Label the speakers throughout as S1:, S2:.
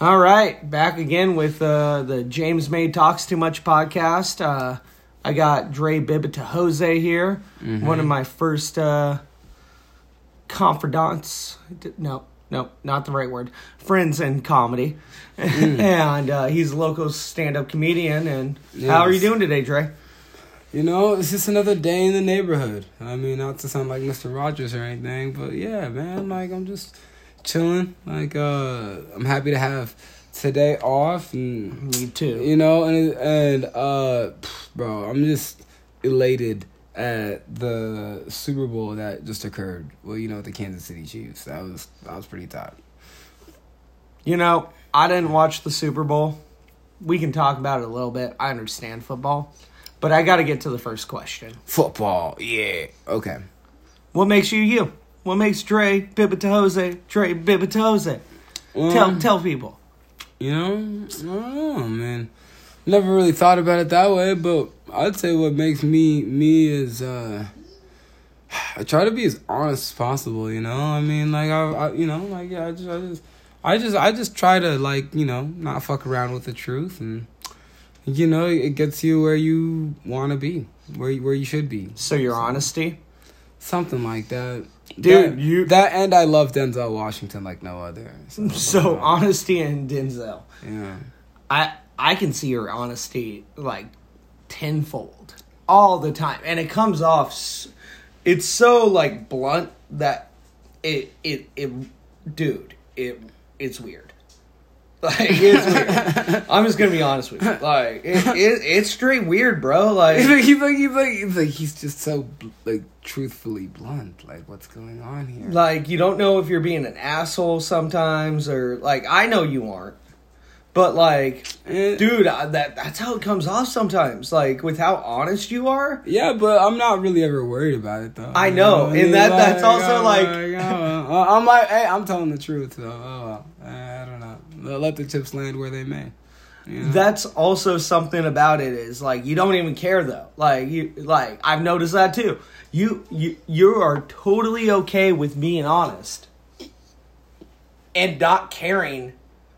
S1: All right, back again with uh, the James May Talks Too Much podcast. Uh, I got Dre Bibbit to Jose here, one of my first uh, confidants. D- No, no, not the right word. Friends in comedy, and uh, he's a local stand-up comedian. And how are you
S2: Yes.
S1: doing today, Dre?
S2: You know, it's just another day in the neighborhood. I mean, not to sound like Mr. Rogers or anything, but yeah, man, like I'm just chilling. Like uh I'm happy to have today off and
S1: Me too.
S2: you know, and and uh pff, bro, I'm just elated at the Super Bowl that just occurred. Well, you know, the Kansas City Chiefs. That was I was pretty top.
S1: You know, I didn't watch the Super Bowl. We can talk about it a little bit. I understand football, but I got to get to the first question.
S2: Football, yeah. Okay.
S1: What makes you you? What makes Dre Bibitose Dre Bibitose? tell
S2: Um,
S1: tell people.
S2: You know, I don't know, man. Never really thought about it that way, but I'd say what makes me me is uh I try to be as honest as possible. You know, I mean, like I, I you know, like yeah, I just, I just, I just, I just try to like you know not fuck around with the truth, and you know, it gets you where you want to be, where you, where you should be,
S1: So your honesty,
S2: something like that.
S1: Dude,
S2: That-
S1: you-
S2: that and I love Denzel Washington like no other. So,
S1: so honesty and Denzel.
S2: yeah.
S1: I I can see your honesty like tenfold all the time, and it comes off. s- It's so like blunt that it it it dude it it's weird. Like it's weird. I'm just gonna be honest with you. Like it, it it's straight weird, bro. Like
S2: He's like, he's like, he's like, he's like, he's just so bl- like truthfully blunt. Like, what's going on here?
S1: like you don't know if you're being an asshole sometimes, or like I know you aren't, but like.
S2: Eh,
S1: Dude, I, that that's how it comes off sometimes. Like with how honest you are,
S2: Yeah, but I'm not really ever worried about it though.
S1: I know,
S2: You
S1: and that- that's also,
S2: oh,
S1: like-
S2: oh, oh. I'm like, hey, I'm telling the truth though. Oh, well. Eh, I don't know. Let- Let the chips land where they may. You know?
S1: That's also something about it is like you don't even care though. Like you like I've noticed that too. You you you are totally okay with being honest and not caring.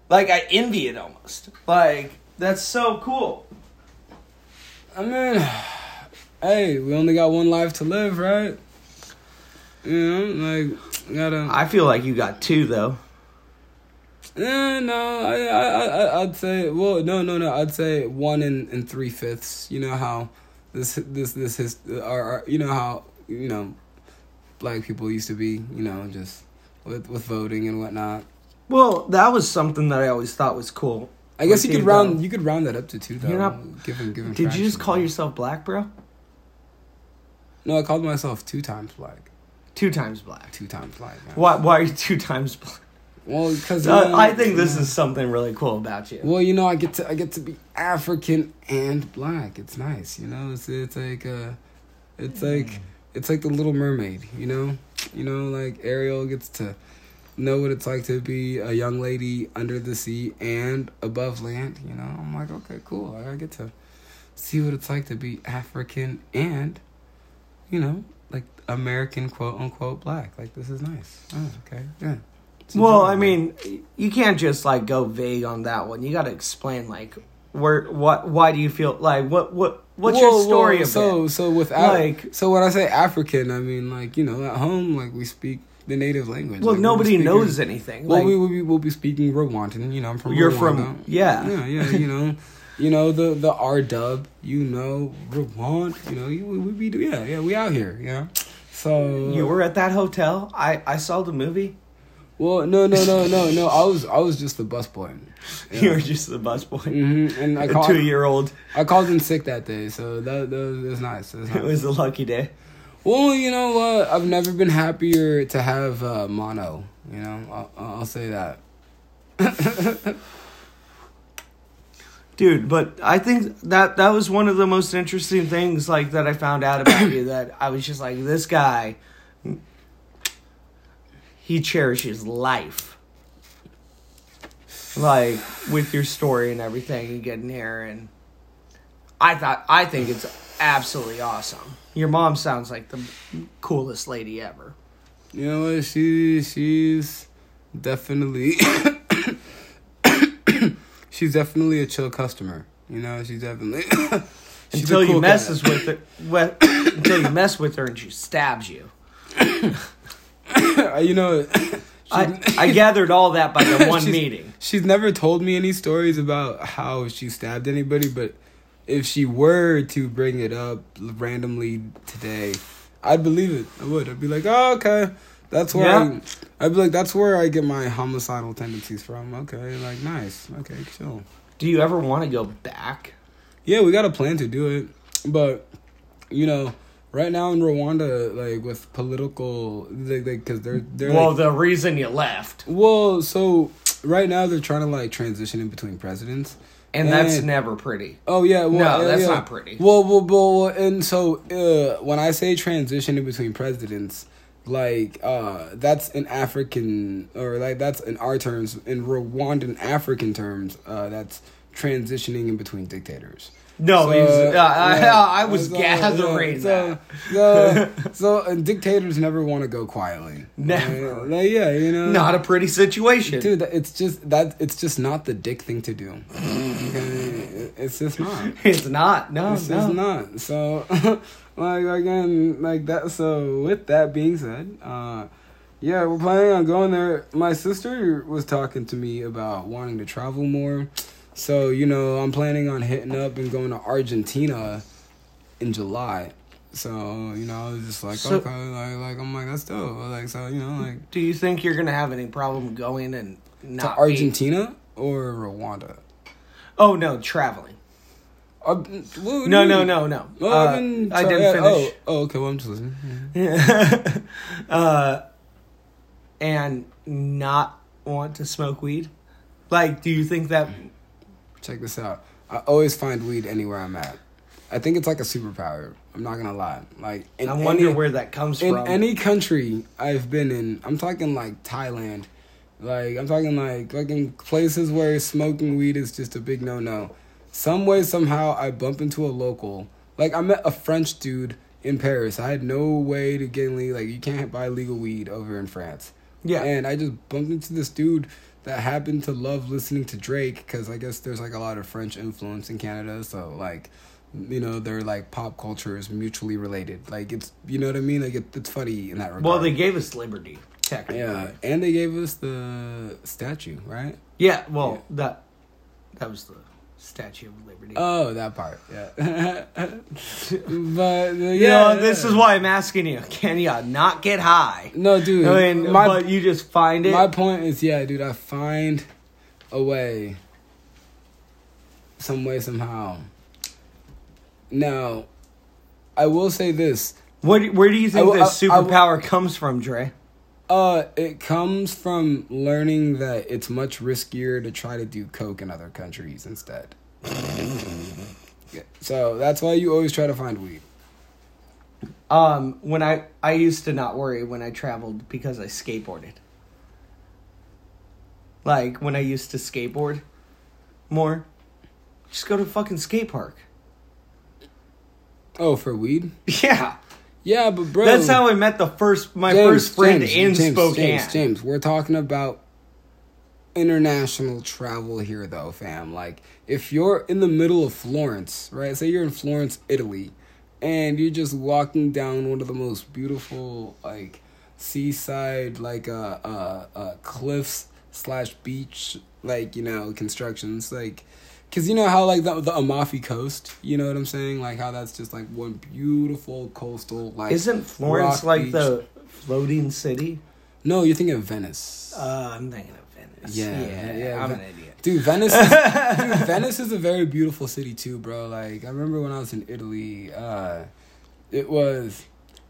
S1: Like I envy it almost. Like that's so cool.
S2: I mean, hey, we only got one life to live, right? You know, like, gotta.
S1: I feel like you got two though.
S2: Eh, no, I, I, I, I'd say. Well, no, no, no. I'd say one and, and three fifths. You know how this, this, this his, our, our, you know how you know, black people used to be. You know, just with with voting and whatnot.
S1: Well, that was something that I always thought was cool.
S2: I guess you
S1: Like,
S2: could
S1: dude,
S2: round,
S1: though.
S2: you could round that up to two though.
S1: You're not-
S2: given, given.
S1: Did you
S2: fractions.
S1: just call yourself black, bro?
S2: No, I called myself two times black.
S1: Two times black.
S2: Two times black. Man.
S1: Why why are you two times black?
S2: Well, because
S1: Uh, I think this is something really cool about you.
S2: Well, you know, I get to I get to be African and black. It's nice, you know. It's it's like uh, it's
S1: Hmm.
S2: like it's like the Little Mermaid, you know. You know, like Ariel gets to know what it's like to be a young lady under the sea and above land. You know, I'm like, okay, cool. I get to see what it's like to be African and, you know, like American quote unquote black. Like this is nice. Oh, okay, yeah. It's
S1: Well, I
S2: enjoyable.
S1: mean, you can't just like go vague on that one. You got to explain like where, what, why do you feel like what, what, what's
S2: Whoa,
S1: your story
S2: whoa,
S1: about?
S2: So, so without
S1: Like-
S2: like, so when I say African, I mean like you know at home like we speak the native language.
S1: well,
S2: Like, we'll be
S1: nobody
S2: speaking-
S1: knows anything.
S2: Well,
S1: like,
S2: we will be we'll be speaking Rwandan. You know, I'm from.
S1: You're
S2: Rwanda.
S1: from- yeah.
S2: yeah, yeah. You know, you know the the R dub. You know Rwanda. You know you we we be yeah yeah we out here yeah. So
S1: you were at that hotel. I, I saw the movie.
S2: well no no no no no I was I was just the busboy.
S1: You were just the busboy,
S2: hmm And I
S1: a two
S2: called
S1: year old.
S2: I called in sick that day, so that that was, it was nice. It was nice.
S1: It was a lucky day.
S2: Well, you know what? I've never been happier to have uh, mono. You know, I'll, I'll say that.
S1: Dude, but I think that that was one of the most interesting things like that I found out about you that I was just like this guy he cherishes life. Like with your story and everything and getting here and I thought I think it's absolutely awesome. Your mom sounds like the coolest lady ever.
S2: You know what? She she's definitely she's definitely a chill customer. You know, she's definitely she's a
S1: until you
S2: cool cat.
S1: messes with her, well, until you mess with her and she stabs you.
S2: you know,
S1: I, I gathered all that by the one
S2: she's-
S1: meeting.
S2: She's never told me any stories about how she stabbed anybody, but if she were to bring it up randomly today, I'd believe it. I would. I'd be like, oh, okay. That's where
S1: Yeah.
S2: I, I'd be like, that's where I get my homicidal tendencies from. Okay, like nice. Okay, chill.
S1: Do you ever want to go back?
S2: Yeah, we got a plan to do it, but you know, right now in Rwanda, like with political, like because they're they're like-
S1: Well, the reason you left,
S2: Well, so right now they're trying to like transition in between presidents.
S1: and that's
S2: And-
S1: never pretty.
S2: Oh yeah, well,
S1: No,
S2: yeah,
S1: that's
S2: yeah.
S1: not pretty.
S2: Well, well, well, well, and so uh, when I say transition in between presidents, like uh, that's in African or like that's in our terms, in Rwandan African terms, uh, that's transitioning in between dictators.
S1: No,
S2: So,
S1: he's, uh, I,
S2: yeah.
S1: I was
S2: So,
S1: gathering
S2: yeah,
S1: that.
S2: So, so, so uh, dictators never want to go quietly.
S1: Never.
S2: Like, like, yeah, you know.
S1: Not a pretty situation.
S2: Dude, that- it's just that it's just not the dick thing to do. Okay? It's just not.
S1: It's not. No,
S2: It's
S1: no.
S2: just not. So, like again, like that. So, with that being said, uh, yeah, we're planning on going there. My sister was talking to me about wanting to travel more. So, you know, I'm planning on hitting up and going to Argentina in July. So, you know, I was just like,
S1: So-
S2: okay, like, like, I'm like, that's dope. Like, so, you know, like,
S1: Do you think you're gonna have any problem going and
S2: to
S1: not be-
S2: Argentina or Rwanda?
S1: Oh no, traveling.
S2: Uh, well,
S1: No,
S2: you-
S1: no, no, no.
S2: Well,
S1: Uh,
S2: I've been
S1: I
S2: try-
S1: didn't
S2: yeah,
S1: finish.
S2: Oh, oh, okay. Well, I'm just listening. Mhm. oh.
S1: uh, and not want to smoke weed? Like, do you think that?
S2: Check this out. I always find weed anywhere I'm at. I think it's like a superpower. I'm not gonna lie. Like in
S1: I wonder
S2: any,
S1: where that comes
S2: in
S1: from.
S2: any country I've been in. I'm talking like Thailand. Like I'm talking like like in places where smoking weed is just a big no no. Some way somehow I bump into a local. Like I met a French dude in Paris. I had no way to get any like you can't buy legal weed over in France.
S1: Yeah.
S2: And I just bumped into this dude that happened to love listening to Drake because I guess there's like a lot of French influence in Canada. So, like, you know, their like pop culture is mutually related. Like, it's, you know what I mean? Like, it, it's funny in that regard.
S1: well, they gave us liberty, technically.
S2: yeah. And they gave us the statue, right?
S1: Yeah, well, that that was the Statue of Liberty.
S2: Oh, that part. Yeah. but, uh,
S1: you
S2: yeah.
S1: know, this is why I'm asking you. Can you not get high?
S2: No, dude.
S1: And,
S2: my-
S1: but you just find it.
S2: My point is, yeah, dude, I find a way, some way, somehow. Now, I will say this.
S1: what? do- Where do you think
S2: I-
S1: this
S2: I- I-
S1: superpower comes from, Dre?
S2: Uh, it comes from learning that it's much riskier to try to do coke in other countries instead. Yeah, so that's why you always try to find weed.
S1: Um, when I I used to not worry when I traveled because I skateboarded. Like when I used to skateboard more, just go to fucking skate park.
S2: Oh, for weed?
S1: Yeah,
S2: Yeah, but bro,
S1: that's how I met the first my first friend in Spokane.
S2: James, James, we're talking about international travel here, though, fam. Like, if you're in the middle of Florence, right? Say you're in Florence, Italy, and you're just walking down one of the most beautiful, like, seaside, like, uh, uh, uh cliffs slash beach, like, you know, constructions, like. Cause you know how like the, the Amalfi Coast, you know what I'm saying, like how that's just like one beautiful coastal like.
S1: Isn't Florence
S2: rock
S1: like
S2: beach.
S1: the floating city?
S2: No, you're thinking of Venice.
S1: Uh, I'm thinking of Venice.
S2: yeah, yeah,
S1: I'm
S2: Ve-
S1: an idiot.
S2: Dude, Venice is, dude, Venice is a very beautiful city too, bro. Like I remember when I was in Italy, uh it was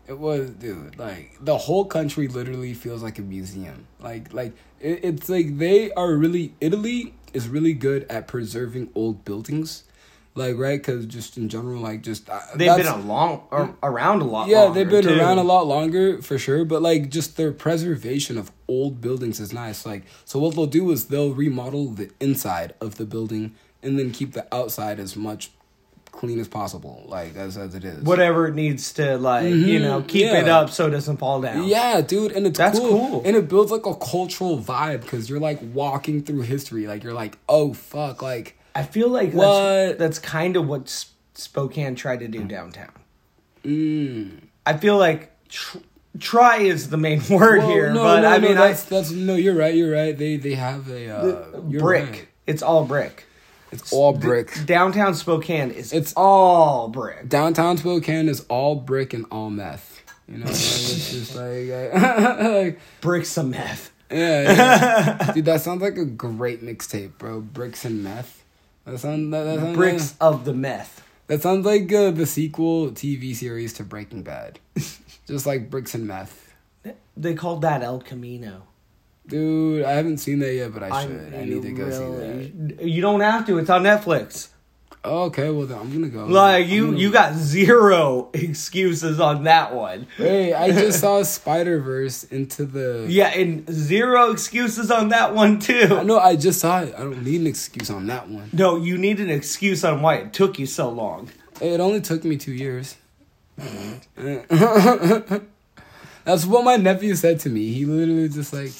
S2: it was dude, like the whole country literally feels like a museum. Like like it, it's like they are really Italy is really good at preserving old buildings. Like right, because just in general, like just uh,
S1: They've been a long or around a lot.
S2: Mm. yeah,
S1: longer,
S2: they've been
S1: too.
S2: around a lot longer for sure, but like just their preservation of old buildings is nice. Like, so what they'll do is they'll remodel the inside of the building and then keep the outside as much clean as possible, like as, as it is.
S1: Whatever it needs to, like, you know, keep it
S2: Mm-hmm, yeah.
S1: up so it doesn't fall down.
S2: Yeah, dude, and it's
S1: That's
S2: cool.
S1: cool.
S2: And it builds like a cultural vibe because you're like walking through history. Like you're like, oh fuck, like
S1: I feel like
S2: What? Mm.
S1: that's, that's kind of what Sp- Spokane tried to do downtown. I feel like tr- try is the main word
S2: well,
S1: here, but I mean, I,
S2: that's that's no, you're right, you're right. They they have a uh, you're
S1: brick.
S2: right.
S1: It's all brick.
S2: It's all brick.
S1: Downtown Spokane is
S2: It's-
S1: it's all brick.
S2: Downtown Spokane is all brick and all meth. You know, like, it's just like, like
S1: Brick some meth.
S2: yeah, yeah. dude, that sounds like a great mixtape, bro. Bricks and meth. That sounds that, that sounds
S1: Bricks of the meth.
S2: That sounds like uh, the sequel TV series to Breaking Bad. Just like bricks and meth.
S1: They called that El Camino.
S2: Dude, I haven't seen that yet, but I
S1: I'm
S2: should. I need to go see
S1: that. You don't have to. It's on Netflix.
S2: that. Oh, Okay, well then I'm gonna go.
S1: Like
S2: I'm
S1: you,
S2: gonna-
S1: you got zero excuses on that one.
S2: Hey, I just saw Spider Verse into the.
S1: Yeah, and zero excuses on that one
S2: I
S1: too.
S2: know. I just saw it. I don't need an excuse on that one.
S1: No, you need an excuse on why it took you so long.
S2: It only took me two years. That's what my nephew said to me. He literally just like,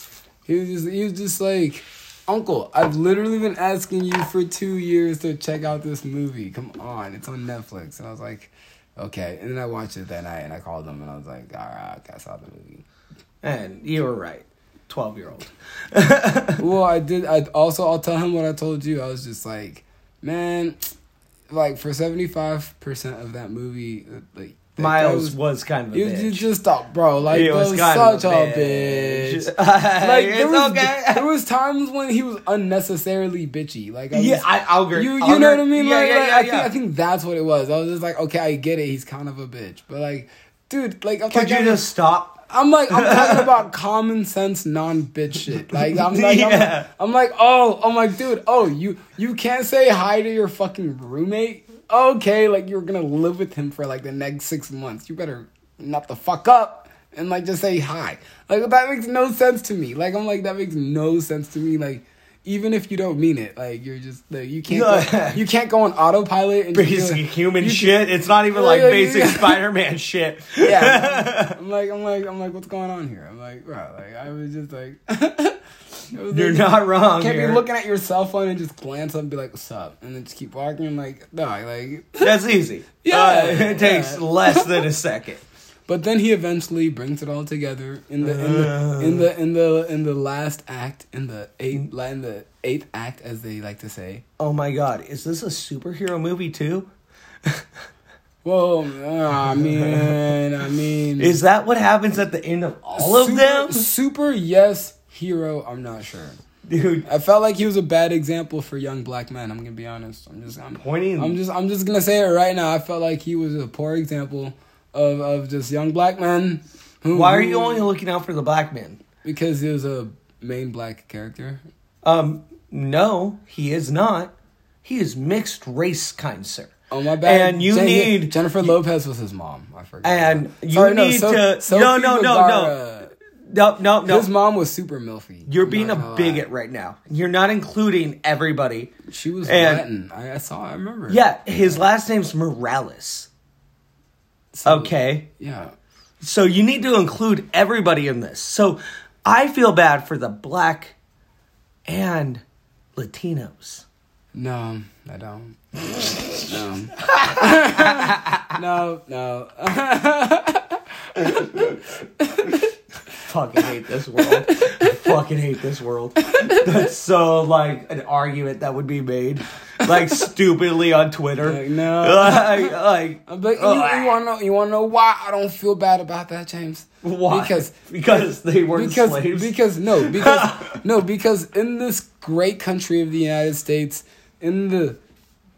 S2: he was just, he was just like, Uncle, I've literally been asking you for two years to check out this movie. Come on, it's on Netflix. And I was like, okay. And then I watched it that night, and I called him, and I was like, all right, I saw the movie.
S1: And you were right. Twelve year old.
S2: well, I did. I also I'll tell him what I told you. I was just like, man, like for seventy five percent of that movie, uh, like that- that
S1: Miles
S2: was-
S1: was kind of a
S2: You,
S1: bitch.
S2: you just stop, bro. Like
S1: He
S2: that was,
S1: was kind of
S2: such a
S1: a
S2: bitch.
S1: bitch.
S2: like there
S1: It's
S2: was,
S1: okay.
S2: there was times when he was unnecessarily bitchy. Like I was,
S1: yeah, I, I'll agree.
S2: you you
S1: I'll
S2: know what
S1: agree.
S2: I mean?
S1: Yeah,
S2: like,
S1: yeah,
S2: like,
S1: yeah,
S2: I
S1: yeah.
S2: think I think that's what it was. I was just like, okay, I get it. He's kind of a bitch, but like, dude, like I'm
S1: Could you
S2: talking-
S1: just stop?
S2: I'm like, I'm talking about common sense, non bitch shit. Like, I'm like,
S1: Yeah.
S2: I'm, I'm like, oh, I'm like, dude, oh, you you can't say hi to your fucking roommate. Okay, like you're gonna live with him for like the next six months. You better not the fuck up and like just say hi. Like that makes no sense to me. Like I'm like that makes no sense to me. Like. Even if you don't mean it, like you're just like you can't go,
S1: Yeah.
S2: you can't go on autopilot and just be
S1: Basic
S2: like-
S1: human
S2: you can-
S1: shit. It's not even
S2: Yeah,
S1: like
S2: yeah,
S1: basic
S2: yeah.
S1: Spider Man shit.
S2: yeah. I'm like, I'm like, I'm like, what's going on here? I'm like, bro, like, I was just like, it was
S1: You're
S2: like-
S1: not wrong.
S2: Can't
S1: here.
S2: be looking at your cell phone and just glance up and be like, what's up? And then just keep walking. I'm like, no, like.
S1: That's easy.
S2: Yeah,
S1: Uh, it takes
S2: yeah.
S1: less than a second.
S2: But then he eventually brings it all together in the in the in the in the, in the last act in the eighth in the eighth act as they like to say.
S1: Oh my god, is this a superhero movie too?
S2: Well, ah, I mean, I mean,
S1: Is that what happens at the end of all of
S2: super-
S1: them?
S2: Super yes hero. I'm not sure.
S1: Dude,
S2: I felt like he was a bad example for young black men. I'm gonna be honest. I'm just I'm
S1: Pointing-
S2: I'm just I'm just gonna say it right now. I felt like he was a poor example of of just young black men. who-
S1: why are
S2: who-
S1: you only looking out for the black men?
S2: Because he was a main black character.
S1: Um, no, he is not. He is mixed race kind, sir.
S2: Oh my bad.
S1: And you
S2: Jen-
S1: need-
S2: Jennifer Lopez was his mom. I forgot.
S1: And you need to-
S2: Sophie
S1: no, no, no, no.
S2: Vergara.
S1: No, no, no.
S2: His mom was super milfy.
S1: You're
S2: I'm
S1: being
S2: not gonna
S1: a
S2: lie.
S1: bigot right now. You're not including everybody.
S2: She was
S1: And-
S2: Latin. I, I saw. I remember.
S1: Yeah, his last name's Morales.
S2: So-
S1: Okay.
S2: Yeah.
S1: So you need to include everybody in this. So I feel bad for the black and Latinos.
S2: No, um, I don't. No. no, no. Uh,
S1: Fucking hate this world. Fucking hate this world. That's so like an argument that would be made like stupidly on Twitter.
S2: Like, no.
S1: like, like
S2: I'm like, you, you wanna know? You wanna know why I don't feel bad about that, James?
S1: why?
S2: Because
S1: because they weren't
S2: because
S1: slaves.
S2: because no because no because in this great country of the United States, in the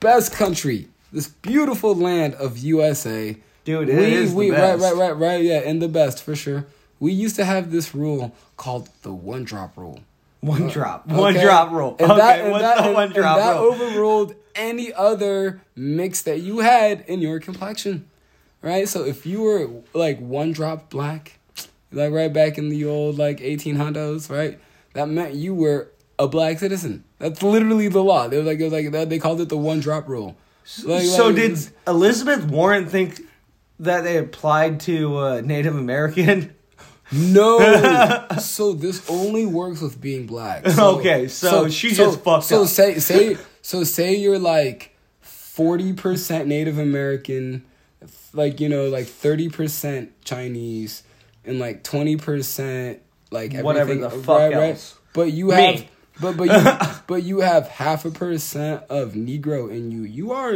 S2: best country, this beautiful land of USA,
S1: Dude, it is the best.
S2: right right right right yeah, and the best for sure. We used to have this rule called the one drop rule.
S1: one drop, one
S2: Okay.
S1: drop rule.
S2: And
S1: okay,
S2: that, and
S1: what's
S2: that-
S1: the
S2: and-
S1: one
S2: and
S1: drop
S2: that
S1: rule?
S2: overruled any other mix that you had in your complexion, right? So if you were like one drop black, like right back in the old like eighteen hundos, right? That meant you were a black citizen. That's literally the law. They were like, it was like they called it the one drop rule. Like-
S1: so
S2: like-
S1: did Elizabeth Warren think that they applied to uh, Native American?
S2: No. so this only works with being black. So-
S1: Okay, so she just fucked
S2: so
S1: up.
S2: say say so say you're like forty percent Native American, like you know, like thirty percent Chinese, and like twenty percent like
S1: Whatever
S2: everything-
S1: the fuck else.
S2: But you
S1: Me.
S2: have but but you but you have half a percent of Negro in you. You are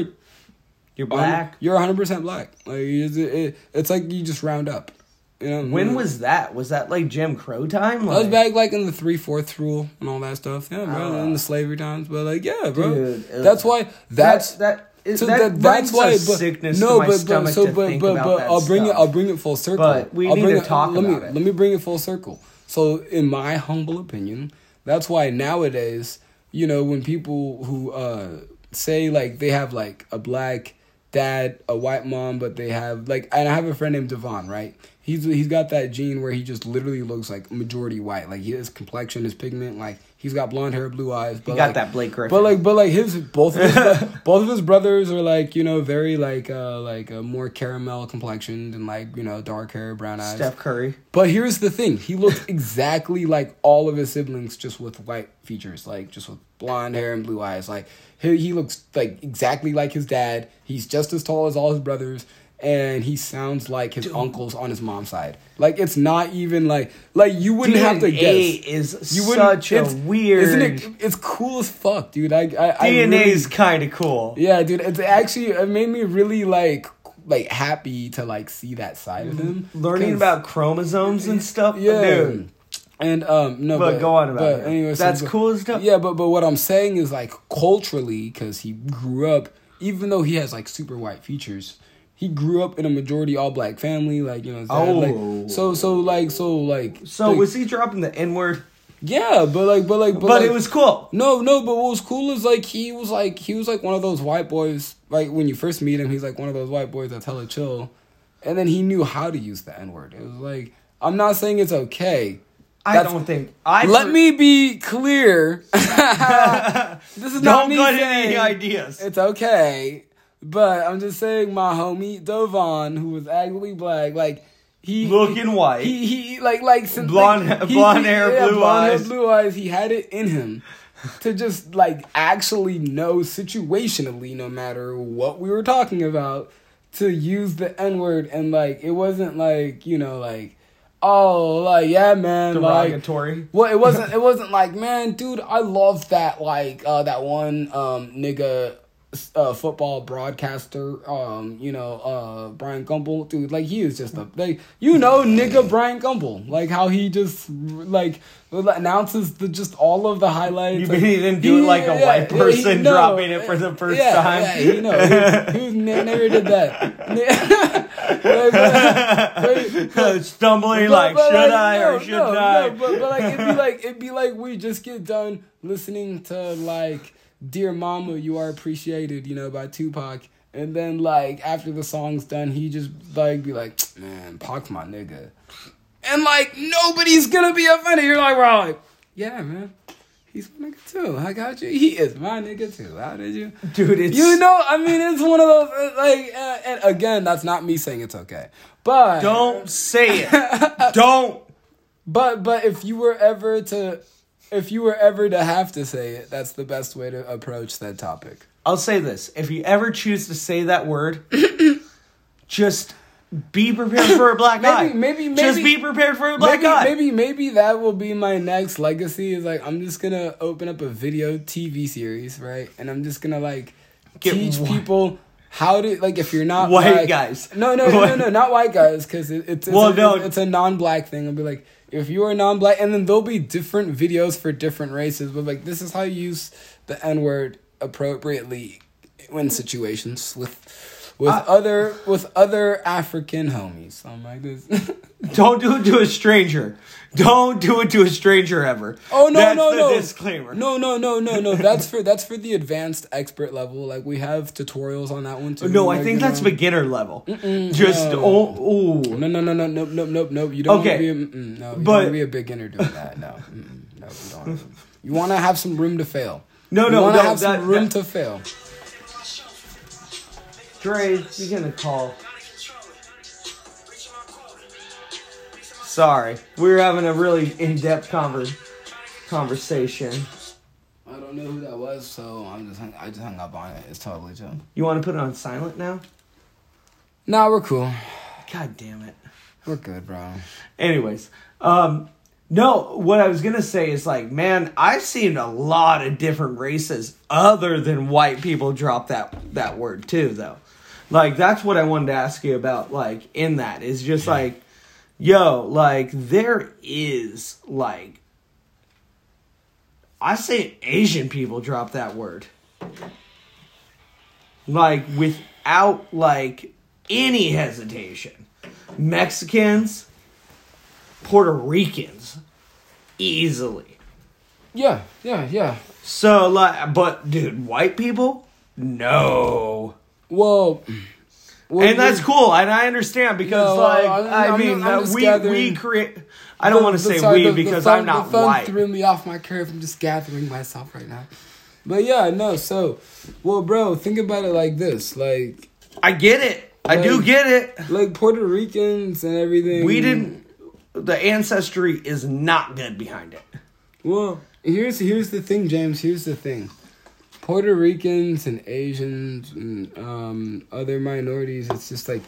S1: You're
S2: Um,
S1: black.
S2: You're one hundred percent black. Like it's, it, it's like you just round up. You know
S1: when was that? Was that like Jim Crow time?
S2: I was
S1: Like-
S2: back like in the three fourths rule and all that stuff. Yeah, bro,
S1: Ah.
S2: in the slavery times, but like yeah, bro.
S1: Dude, ugh.
S2: that's why. That's
S1: that, that,
S2: so
S1: that,
S2: that-
S1: brings
S2: that's why.
S1: a
S2: But,
S1: sickness
S2: no,
S1: to my
S2: but,
S1: stomach
S2: but so
S1: to
S2: but
S1: think
S2: but
S1: about
S2: but
S1: that
S2: I'll bring
S1: stuff.
S2: it. I'll bring it full circle.
S1: But we
S2: I'll
S1: need
S2: bring
S1: to talk
S2: let me,
S1: about it.
S2: Let me bring it full circle. So in my humble opinion, that's why nowadays, you know, when people who uh say like they have like a black dad, a white mom, but they have like and I have a friend named Devon, right? He's he's got that gene where he just literally looks like majority white. Like his complexion, his pigment, like he's got blonde hair, blue eyes. But
S1: got
S2: like-
S1: that Blake Griffin.
S2: But like, but like his both of his bro- both of his brothers are like you know very like uh like uh, more caramel complexioned and like you know dark hair, brown eyes.
S1: Steph Curry.
S2: But here's the thing: he looks exactly like all of his siblings, just with white features, like just with blonde hair and blue eyes. Like he he looks like exactly like his dad. He's just as tall as all his brothers, and he sounds like his uncles on his mom's side. Like it's not even like like you wouldn't have to
S1: DNA
S2: guess.
S1: is
S2: You wouldn't.
S1: such a
S2: it's-
S1: weird.
S2: Isn't it? It's cool as fuck, dude. I I, I
S1: DNA
S2: really-
S1: is kind of cool.
S2: yeah, dude, it's actually it made me really like like happy to like see that side of him.
S1: Mm-hmm. Learning
S2: 'Cause-
S1: about chromosomes and stuff,
S2: yeah.
S1: dude.
S2: And um no,
S1: But
S2: but,
S1: go on about
S2: but
S1: it.
S2: Anyway, so-
S1: That's
S2: but-
S1: cool as stuff.
S2: Yeah, but but what I'm saying is like culturally, because he grew up, even though he has like super white features, he grew up in a majority all black family. Like you know, his dad,
S1: Oh.
S2: like, so so like so like
S1: So
S2: like,
S1: was he dropping the N word?
S2: yeah, but like but like
S1: But, it
S2: like-
S1: was cool.
S2: no, no, but what was cool is like he was like he was like one of those white boys. Like when you first meet him, he's like one of those white boys that's hella chill, and then he knew how to use the N word. It was like I'm not saying it's okay.
S1: I
S2: That's-
S1: don't think I
S2: Let me be clear. this is not
S1: don't
S2: me
S1: got
S2: saying
S1: any ideas.
S2: it's okay, but I'm just saying my homie Dovon, who was actually black, like he
S1: Looking white.
S2: he he like like since-
S1: Blonde-
S2: like,
S1: blonde hair, blue
S2: blonde
S1: eyes.
S2: hair, blue eyes. He had it in him to just like actually know situationally, no matter what we were talking about, to use the N word and like it wasn't like you know like oh like yeah man like
S1: Derogatory.
S2: well, it wasn't. It wasn't like, man, dude, I love that. Like uh, that one um, nigga, uh, football broadcaster. Um, you know, uh, Brian Gumble, dude. Like he is just a like, you know, nigga Brian Gumble. Like how he just like announces the just all of the highlights.
S1: You
S2: like,
S1: mean he didn't do it like a white person dropping it for the first
S2: yeah,
S1: time?
S2: Yeah, you know, he, he was- ne- never did that. Like, like,
S1: Stumbling
S2: but-
S1: like,
S2: but,
S1: should I
S2: no,
S1: or should
S2: no,
S1: I?
S2: No, but, but like it'd be like it'd be like we just get done listening to like "Dear Mama, You Are Appreciated," you know, by Tupac, and then like after the song's done, he just like be like, "Man, Pac's my nigga," and like nobody's gonna be offended. You're like, we're all like, "Yeah, man." He's my nigga too. I got you. He is my nigga too. How did you?
S1: Dude, it's
S2: You know, I mean, it's one of those uh, like. Uh, and again, that's not me saying it's okay, but
S1: don't say it. don't.
S2: but but if you were ever to if you were ever to have to say it, that's the best way to approach that topic.
S1: I'll say this: if you ever choose to say that word, just be prepared for a black
S2: Maybe-
S1: eye.
S2: maybe-
S1: just
S2: maybe-
S1: be prepared for a black
S2: maybe,
S1: eye.
S2: maybe maybe that will be my next legacy is like I'm just gonna open up a video TV series, right? And I'm just gonna like
S1: Get
S2: teach
S1: whi-
S2: people how to like if you're not
S1: White
S2: black-
S1: guys.
S2: No, no, no,
S1: White-
S2: no, no, not white guys, because it, it's it's,
S1: Well,
S2: a,
S1: no.
S2: it's a non-black thing. I'll be like, if you are non-black, and then there'll be different videos for different races, but like this is how you use the N word appropriately in situations with with other with other African homies. I'm like this.
S1: Don't do it to a stranger. Don't do it to a stranger ever.
S2: Oh no
S1: That's
S2: no
S1: the
S2: no!
S1: Disclaimer.
S2: No no no no no. That's for that's for the advanced expert level. Like we have tutorials on that one too.
S1: No, I
S2: Like,
S1: think
S2: you
S1: that's
S2: know.
S1: beginner level. Just
S2: no.
S1: oh, ooh.
S2: No no no no no no no no. You don't
S1: Okay.
S2: want to be a, mm-mm, no. You
S1: But-
S2: don't want to be a beginner doing that. No mm-mm, no. You don't. wanna- You want to have some room to fail.
S1: No,
S2: you
S1: no,
S2: wanna
S1: no,
S2: have
S1: that-
S2: some room
S1: that-
S2: to fail.
S1: Dre, you're gonna call. Sorry, we were having a really in-depth conver- conversation.
S2: I don't know who that was, so I'm just hung, I just hung up on it. It's totally chill.
S1: You want to put it on silent now?
S2: Nah, we're cool.
S1: God damn it.
S2: We're good, bro.
S1: Anyways, um, no, what I was gonna say is like, man, I've seen a lot of different races other than white people drop that that word too, though. Like that's what I wanted to ask you about. Like in that is just like, yo, like there is like, I say Asian people drop that word, like without like any hesitation. Mexicans, Puerto Ricans, easily.
S2: Yeah, yeah, yeah.
S1: So like, but dude, white people, no.
S2: Well, well,
S1: and that's cool, and I understand because
S2: No,
S1: like
S2: I-
S1: I,
S2: I'm
S1: mean
S2: not- I'm
S1: that
S2: just
S1: we we
S2: gathering-
S1: create. I don't
S2: the-
S1: want to
S2: the-
S1: say
S2: sorry,
S1: we
S2: the- the
S1: because
S2: phone-
S1: I'm not
S2: the phone
S1: white.
S2: threw me off my curve. I'm just gathering myself right now. But yeah, no. So, well, bro, think about it like this: like,
S1: I get it. I do
S2: Like- Mm.
S1: get it.
S2: like Puerto Ricans and everything.
S1: We didn't. The ancestry is not good behind it.
S2: Well, here's here's the thing, James. Here's the thing. Puerto Ricans and Asians and um, other minorities, it's just like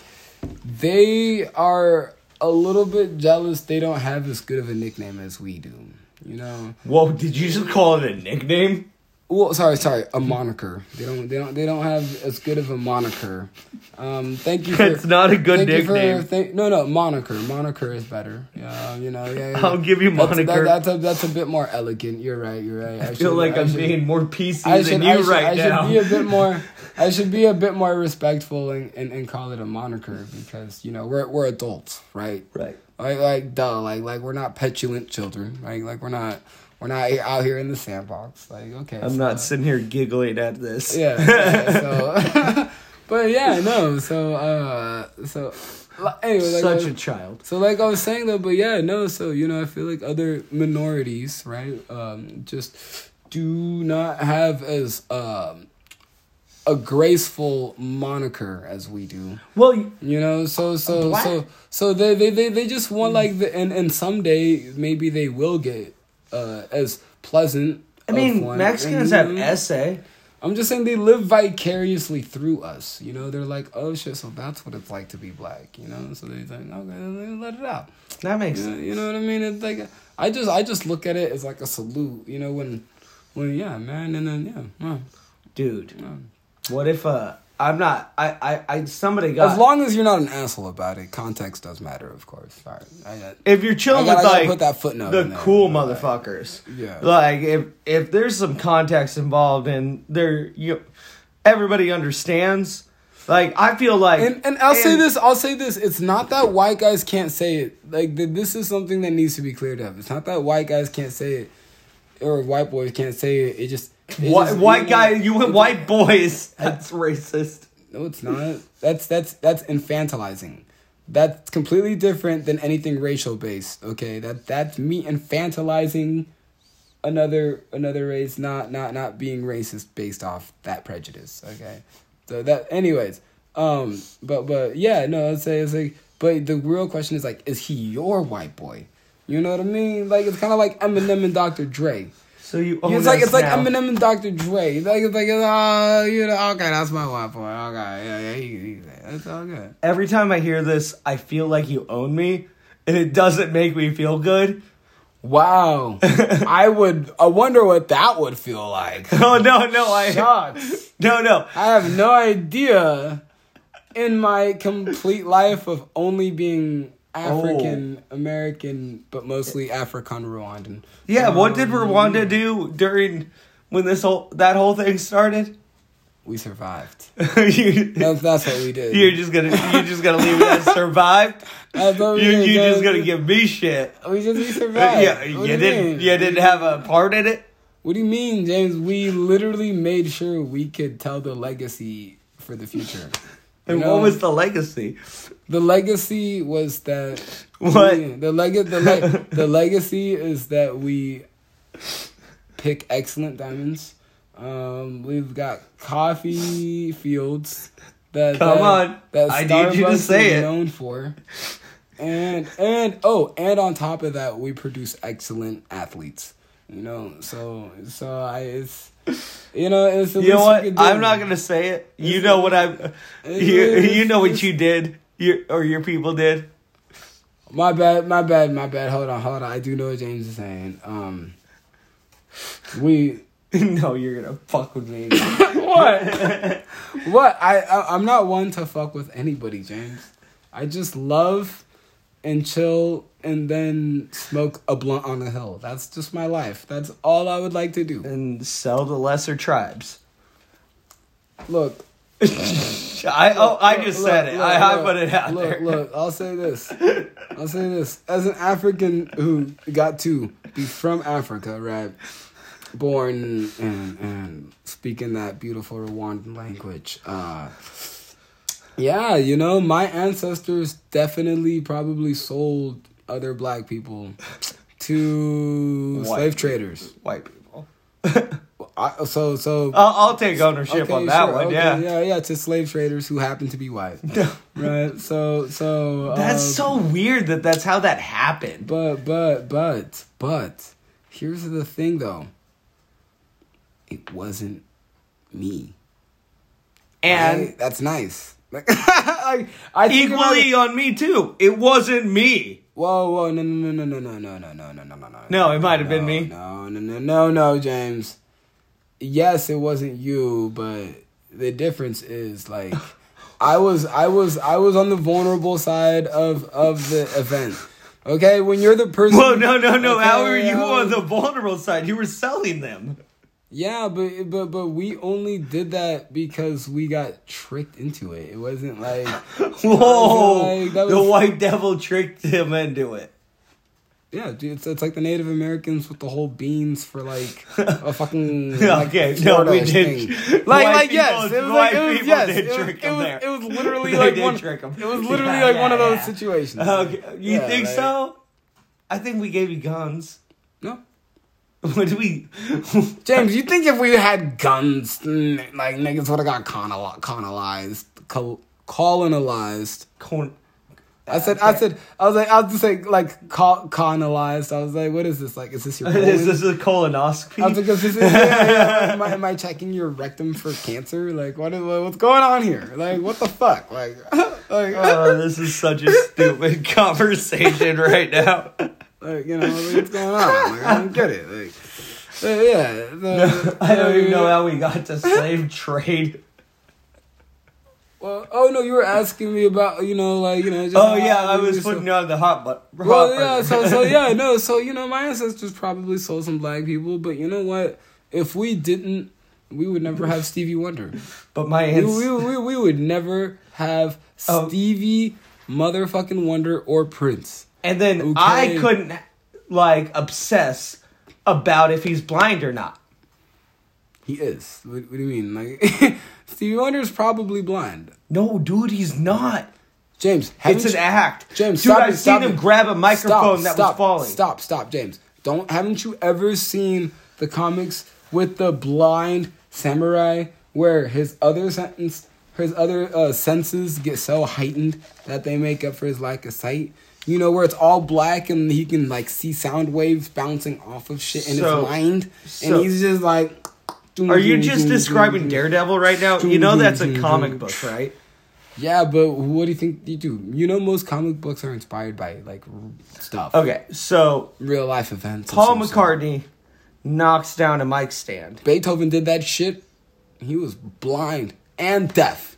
S2: they are a little bit jealous. They don't have as good of a nickname as we do. You know.
S1: Whoa! Did you just call it a nickname?
S2: Well, sorry, sorry, a moniker. They don't, they don't, they don't have as good of a moniker. Um, thank you. For,
S1: That's not a good
S2: thank you for-
S1: nickname.
S2: thank- no, no, moniker. Moniker is better. Yeah, you know. Yeah, yeah.
S1: I'll give you
S2: That's- that-
S1: moniker.
S2: That's, a, that's a bit more elegant. You're right. You're right. I,
S1: I feel like
S2: I
S1: I'm
S2: should-
S1: being more PC
S2: I
S1: than
S2: should,
S1: you
S2: I should,
S1: right
S2: I should
S1: now.
S2: be a bit more. I should be a bit more respectful and, and, and call it a moniker because you know we're we're adults, right?
S1: Right.
S2: Like like duh, like like we're not petulant children, right? Like we're not we're not out here in the sandbox. Like okay,
S1: I'm
S2: so-
S1: not sitting here giggling at this.
S2: yeah. yeah, so, but yeah, no. So uh, so li- anyway, like
S1: Such
S2: I was-
S1: a child.
S2: so like I was saying though, but yeah, no, so you know, I feel like other minorities, right, um, just do not have as um a graceful moniker as we do.
S1: Well, y-
S2: You know, so so
S1: What? Mm.
S2: so so they, they they they just want like the and and someday maybe they will get uh as pleasant.
S1: I
S2: of
S1: mean,
S2: one,
S1: Mexicans
S2: and,
S1: have
S2: you know,
S1: essay.
S2: I'm just saying they live vicariously through us. You know, they're like, oh shit, so that's what it's like to be black. You know, so they think, okay, then let it out.
S1: That makes
S2: You know,
S1: sense.
S2: you know what I mean? It's like I just I just look at it as like a salute. You know when when yeah man and then yeah. Huh,
S1: Dude,
S2: huh.
S1: what if, uh, I'm not, I, I, I somebody got,
S2: As long as you're not an asshole about it, context does matter, of course. All right, I got,
S1: if you're chilling
S2: I gotta-
S1: with,
S2: I gotta
S1: like,
S2: put that footnote
S1: the
S2: in there,
S1: cool
S2: but, like,
S1: motherfuckers.
S2: yeah.
S1: Like, if, if there's some context involved and there, you, everybody understands. Like, I feel like.
S2: and and I'll say
S1: and-
S2: this, I'll say this. It's not that white guys can't say it. Like th- this is something that needs to be cleared up. It's not that white guys can't say it, or white boys can't say it. It just it
S1: Whi-
S2: just-
S1: white
S2: you know,
S1: guy, you went white boys. That's racist.
S2: No, it's not. That's that's that's infantilizing. That's completely different than anything racial based. Okay, that that's me infantilizing another another race, not not not being racist based off that prejudice. Okay, so that anyways, um, but but yeah, no, I'd say it's like, but the real question is like, is he your white boy? You know what I mean? Like it's kind of like Eminem and Dr. Dre.
S1: So you own
S2: It's like
S1: us
S2: it's like
S1: now.
S2: Eminem and Dr. Dre. It's Like it's like oh you know okay that's my white boy. Okay yeah yeah he, he, that's all good.
S1: Every time I hear this, I feel like you own me, and it doesn't make me feel good.
S2: Wow, I would. I wonder what that would feel like.
S1: Oh no, no, I
S2: Shucks,
S1: no, no.
S2: I have no idea. In my complete life of only being African American, but mostly African Rwandan.
S1: Yeah, what did
S2: Um,
S1: Rwanda do during when this whole that whole thing started?
S2: We survived.
S1: you,
S2: That's, that's what we did.
S1: you're just gonna you're just gonna leave me as survived.
S2: That's what
S1: You
S2: we
S1: you
S2: did, guys.
S1: just gonna give me shit. Uh,
S2: We just we survived.
S1: Yeah,
S2: What do
S1: you didn't
S2: mean?
S1: you didn't have a part in it.
S2: What do you mean, James? We literally made sure we could tell the legacy for the future. You
S1: And
S2: know?
S1: what was the legacy?
S2: the legacy was that
S1: What?
S2: we- the leg the le- the legacy is that we pick excellent diamonds. Um, we've got coffee fields that
S1: Come
S2: that,
S1: on.
S2: that
S1: I need you to
S2: Starbucks
S1: say
S2: is
S1: it.
S2: known for. And and oh, and on top of that, we produce excellent athletes. You know, so so I it's you know it's the
S1: You know
S2: least we
S1: what?
S2: could do.
S1: I'm not gonna say it. You know what I'm. You
S2: it's-
S1: you know what
S2: it's-
S1: you did. Your or your people did.
S2: My bad, my bad, my bad. Hold on, hold on. I do know what James is saying. Um, we
S1: no, you're gonna fuck with me.
S2: what? what? I, I I'm not one to fuck with anybody, James. I just love and chill and then smoke a blunt on a hill. That's just my life. That's all I would like to do.
S1: and sell to lesser tribes.
S2: Look.
S1: I oh I just
S2: look,
S1: said it.
S2: look,
S1: I, I
S2: look,
S1: put it out
S2: look,
S1: there.
S2: Look, I'll say this. I'll say this. As an African who got to be from Africa, right? Born and and speaking that beautiful Rwandan language. Uh yeah, you know, my ancestors definitely probably sold other black people to
S1: White
S2: slave traders.
S1: White people.
S2: I, so so
S1: I'll, I'll take ownership on that
S2: sure,
S1: one.
S2: okay,
S1: yeah.
S2: yeah, yeah, to slave traders who happen to be white. right. So, so
S1: That's
S2: um,
S1: so weird that that's how that happened.
S2: But, but, but, but, here's the thing though. It wasn't me.
S1: and
S2: Right? that's nice. Like, I, I think about
S1: equally
S2: it-
S1: on me too. It wasn't me.
S2: Whoa, whoa, no, no, no, no, no, no, no, no, no, no, no, no.
S1: No, it might have been me.
S2: No, no, no, no, no, James. Yes, it wasn't you, but the difference is like I was I was I was on the vulnerable side of of the event. Okay, when you're the person
S1: Whoa, no, no, no. how
S2: Okay, um,
S1: were you
S2: I
S1: on
S2: was-
S1: the vulnerable side? You were selling them.
S2: Yeah, but but but we only did that because we got tricked into it. It wasn't like
S1: Whoa!
S2: like, that
S1: the
S2: was-
S1: white devil tricked him into it.
S2: yeah, dude, it's, it's like the Native Americans with the whole beans for like a fucking like,
S1: Okay, no, we
S2: Florida-ish
S1: did.
S2: thing.
S1: White
S2: Like like
S1: people-
S2: yes, it was
S1: white
S2: like it was
S1: people
S2: yes,
S1: did
S2: it was,
S1: trick
S2: it,
S1: them
S2: was
S1: there.
S2: it was literally
S1: They
S2: like
S1: did
S2: one
S1: trick 'em.
S2: it was literally
S1: Yeah,
S2: like
S1: yeah,
S2: one of those
S1: yeah.
S2: situations.
S1: Okay, you
S2: Yeah,
S1: think
S2: like-
S1: so? I think we gave you guns.
S2: No.
S1: What do we?
S2: James, you think if we had guns, n- like niggas would have got colonized, colonized, col- colonized.
S1: Corn.
S2: I said, I said, I was like, I was just like, like co- colonized. I was like, what is this? Like, is this your?
S1: Is this a
S2: colon? I was like,
S1: colonoscopy?
S2: is this, yeah, yeah, am, I, am I checking your rectum for cancer? Like, what is, what's going on here? Like, what the fuck? Like, like,
S1: Oh, this is such a stupid conversation right now.
S2: like you know, like, what's going on? Like, I don't get it. Like, uh, yeah, the-
S1: I don't even know how we got to slave trade.
S2: Well, oh no, you were asking me about you know, like you know. Just
S1: Oh
S2: how
S1: yeah, I
S2: do
S1: was
S2: this stuff.
S1: putting on the hot butt.
S2: Well, yeah, so so yeah, no, so you know, my ancestors probably sold some black people, but you know what? If we didn't, we would never have Stevie Wonder.
S1: But my
S2: We,
S1: hands.
S2: we, we, we would never have
S1: Oh.
S2: Stevie motherfucking Wonder or Prince.
S1: And then
S2: Okay.
S1: I couldn't like obsess about if he's blind or not.
S2: He is. What, what do you mean? Like Stevie Wonder is probably blind.
S1: No, dude, he's not.
S2: James,
S1: It's
S2: haven't
S1: an
S2: you-
S1: act.
S2: James,
S1: dude,
S2: stop
S1: I've
S2: it,
S1: seen
S2: stop
S1: him
S2: it.
S1: grab a microphone
S2: Stop,
S1: that
S2: stop,
S1: was falling.
S2: Stop, stop, James. Don't haven't you ever seen the comics with the blind samurai where his other sentence his other uh, senses get so heightened that they make up for his lack of sight? You know, where it's all black and he can like see sound waves bouncing off of shit in
S1: So-
S2: his mind.
S1: so-
S2: and he's just like
S1: Are you just describing Daredevil right now? You know that's a comic book, right?
S2: Yeah, but what do you think you do? You know most comic books are inspired by like r- stuff.
S1: Okay, so
S2: Real life events. of
S1: Paul
S2: some sort.
S1: McCartney knocks down a mic stand.
S2: Beethoven did that shit. He was blind and deaf.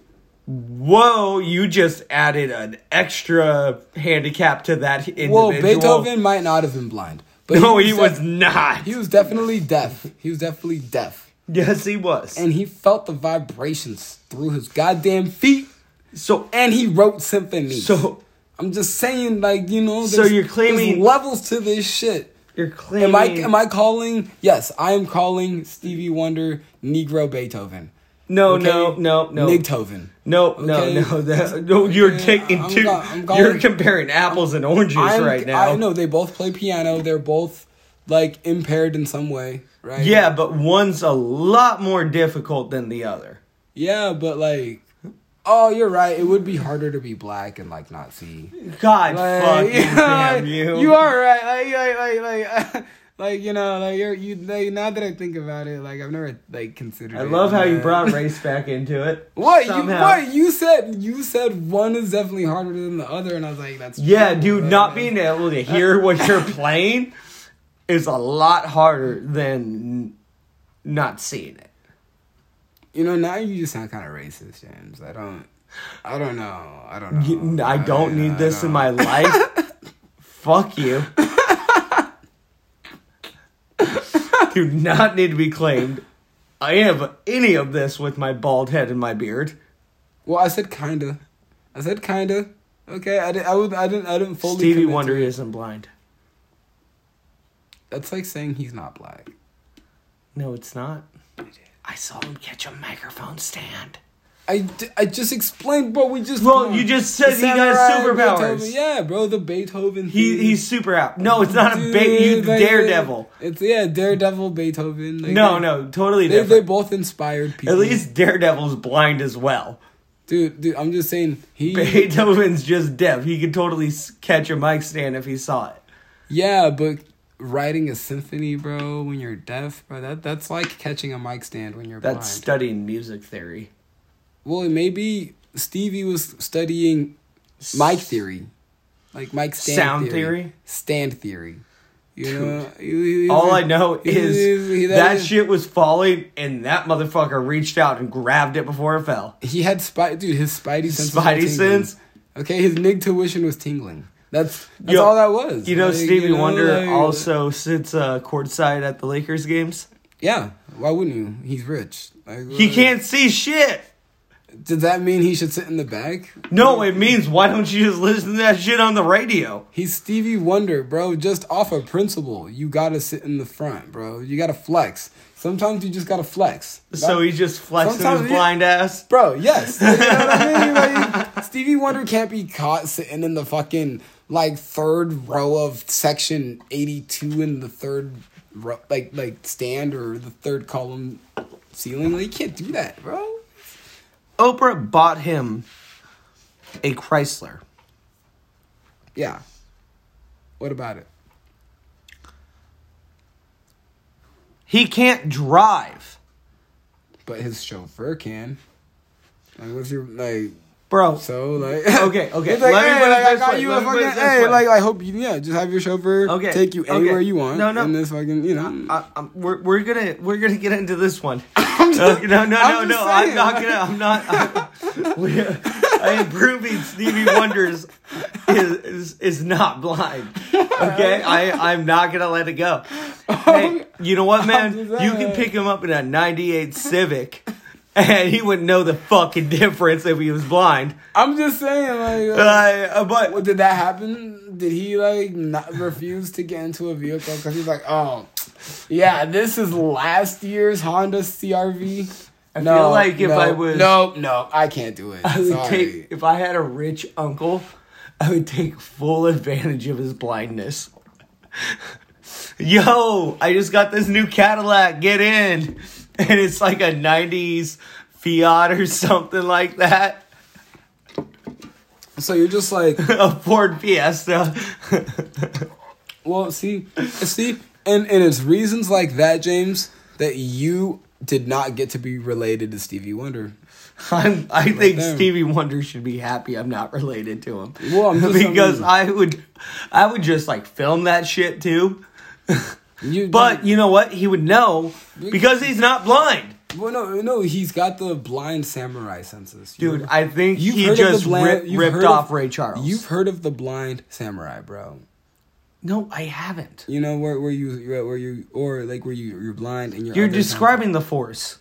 S1: Whoa, you just added an extra handicap to that individual.
S2: Well, Beethoven might not have been blind, but
S1: No, he
S2: def-
S1: was not.
S2: He was definitely deaf. He was definitely deaf,
S1: Yes, he was.
S2: and he felt the vibrations through his goddamn feet.
S1: so
S2: And he wrote symphonies.
S1: So-
S2: I'm just saying, like you know,
S1: So
S2: there's-
S1: you're claiming-
S2: there's levels to this shit.
S1: you're claiming
S2: Am I am I calling? Yes, I am calling Stevie Wonder Negro Beethoven.
S1: No,
S2: Okay?
S1: no, no, no.
S2: Nigtoven.
S1: No,
S2: Okay.
S1: no, no, that, no. You're
S2: Okay,
S1: taking
S2: I'm
S1: 2
S2: go- I'm
S1: you're
S2: going-
S1: comparing apples and oranges
S2: I'm-
S1: right now.
S2: I know they both play piano. They're both like impaired in some way, right?
S1: Yeah, but one's a lot more difficult than the other.
S2: Yeah, but like oh, you're right. It would be harder to be black and like not see.
S1: God
S2: Like,
S1: fucking damn you.
S2: you are right. Like, like, like, like, like you know, like you're you. Like, now that I think about it, like I've never like considered.
S1: I
S2: it
S1: love
S2: in
S1: how you
S2: that.
S1: brought race back into it.
S2: What you
S1: somehow.
S2: what you said? You said one is definitely harder than the other, and I was like, "That's
S1: Yeah,
S2: true,
S1: dude,
S2: but,
S1: not
S2: like,
S1: being able to hear what you're playing is a lot harder than not seeing it.
S2: You know, now you just sound kind of racist, James. I don't, I don't know. I
S1: You-
S2: don't know.
S1: Oh, I don't need this in
S2: don't-
S1: my life. Fuck you. Do not need to be claimed. I have any of this with my bald head and my beard.
S2: Well, I said kinda. I said kinda. Okay, I didn't. I, would, I didn't. I didn't fully.
S1: Stevie
S2: commit to
S1: Wonder
S2: it.
S1: isn't blind.
S2: That's like saying he's not black.
S1: No, it's not. I saw him catch a microphone stand.
S2: I, d- I just explained, bro. We just.
S1: Well,
S2: come on.
S1: you just said
S2: The
S1: he got
S2: Samurai,
S1: superpowers.
S2: Beethoven- Yeah, bro. The Beethoven.
S1: He
S2: thing.
S1: he's super out. No, it's not a
S2: Dude,
S1: bait. You
S2: like,
S1: daredevil.
S2: It's yeah, Daredevil, Beethoven. like,
S1: No,
S2: they-
S1: no, totally
S2: They they
S1: different.
S2: both inspired people.
S1: At least Daredevil's blind as well.
S2: dude, dude. I'm just saying he.
S1: Beethoven's just deaf. He could totally s- catch a mic stand if he saw it.
S2: Yeah, but writing a symphony, bro, when you're deaf, bro, that that's like catching a mic stand when you're
S1: That's
S2: blind.
S1: studying music theory.
S2: well, maybe Stevie was studying mic theory, like mic stand
S1: Sound
S2: theory.
S1: theory?
S2: stand theory. You
S1: Dude.
S2: know, He- he-
S1: All I know
S2: he- he- he-
S1: is that
S2: is-
S1: shit was falling, and that motherfucker reached out and grabbed it before it fell.
S2: He had spy, dude. His spidey sense.
S1: Spidey sense?
S2: Okay, his nig tuition was tingling. That's that's
S1: Yo,
S2: all that was.
S1: You know,
S2: Like,
S1: Stevie
S2: you know,
S1: Wonder
S2: like-
S1: also sits uh, courtside at the Lakers games.
S2: Yeah, why wouldn't you? He's rich. Like,
S1: He
S2: like,
S1: can't see shit.
S2: Does that mean he should sit in the back?
S1: No, it means why don't you just listen to that shit on the radio?
S2: He's Stevie Wonder, bro. Just off of principle, you gotta sit in the front, bro. You gotta flex. Sometimes you just gotta flex.
S1: So he just flexing his
S2: Sometimes he-
S1: blind ass.
S2: bro, yes. You know what I mean? Like, Stevie Wonder can't be caught sitting in the fucking like third row of section eighty-two in the third row, like like stand or the third column ceiling. Like, you can't do that, bro.
S1: Oprah bought him a Chrysler.
S2: Yeah. What about it?
S1: He can't drive.
S2: But his chauffeur can. Like, what's your like?
S1: Bro,
S2: So like
S1: Okay, okay.
S2: It's like,
S1: Let me
S2: hey,
S1: put it
S2: like, I
S1: this
S2: got
S1: way.
S2: you
S1: Let
S2: a
S1: me put it
S2: fucking
S1: this
S2: hey,
S1: way.
S2: like I hope you yeah, just have your chauffeur
S1: Okay,
S2: take you
S1: okay.
S2: anywhere you want.
S1: No, no.
S2: In this fucking you know
S1: I, I'm, we're we're gonna we're gonna get into this one. Uh, no, no, no,
S2: I'm just
S1: no. I'm
S2: saying,
S1: not
S2: like-
S1: gonna. I'm not. I'm, we- I am proving Stevie Wonder's is, is is not blind. Okay, I I'm not gonna let it go. Hey, you know what, man?
S2: just
S1: You can
S2: saying.
S1: pick him up in a '98 Civic, and he wouldn't know the fucking difference if he was blind.
S2: I'm just saying like uh,
S1: Uh, but
S2: what did that happen? Did he like not refuse to get into a vehicle because he's like, oh, yeah, this is last year's Honda CRV. I no,
S1: feel like if
S2: no,
S1: I was-
S2: no, no, I can't do it.
S1: I would
S2: Sorry.
S1: take if I had a rich uncle, I would take full advantage of his blindness. Yo, I just got this new Cadillac. Get in, and it's like a '90s Fiat or something like that,
S2: so you're just like,
S1: a Ford Fiesta.
S2: Well, see, see, and and it's reasons like that, James, that you did not get to be related to Stevie Wonder.
S1: I'm, I think
S2: there.
S1: Stevie Wonder should be happy I'm not related to him.
S2: Well, I'm just- I
S1: because
S2: mean-
S1: I would, I would just like film that shit too.
S2: You,
S1: But you know what? He would know because he's not blind.
S2: well, no, no, he's got the blind samurai senses, You-
S1: Dude, I think
S2: You've
S1: he
S2: heard of
S1: just
S2: the blind,
S1: rip-
S2: you've
S1: ripped
S2: heard
S1: off
S2: of-
S1: Ray Charles.
S2: You've heard of the blind samurai, bro.
S1: no, I haven't.
S2: You know where where you where you or like where you you're blind and you're
S1: You're describing the force.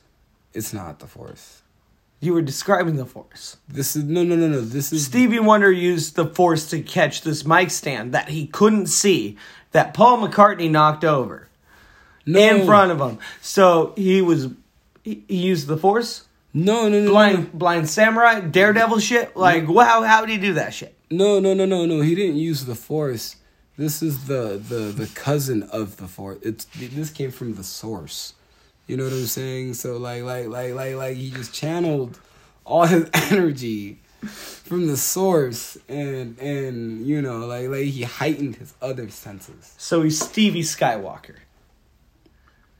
S2: It's not the force.
S1: You were describing the force.
S2: This is no no no no. This is
S1: Stevie Wonder used the force to catch this mic stand that he couldn't see that Paul McCartney knocked over
S2: no,
S1: in front of him. So he was he, he used the force.
S2: No no no no, no.
S1: Blind blind samurai, daredevil shit. Like wow, how did he do that shit?
S2: No, no, no, no, no. He didn't use the force. This is the the the cousin of the force. It's this came from the source. You know what I'm saying? So like like like like like he just channeled all his energy from the source and and you know like like he heightened his other senses
S1: So he's Stevie Skywalker.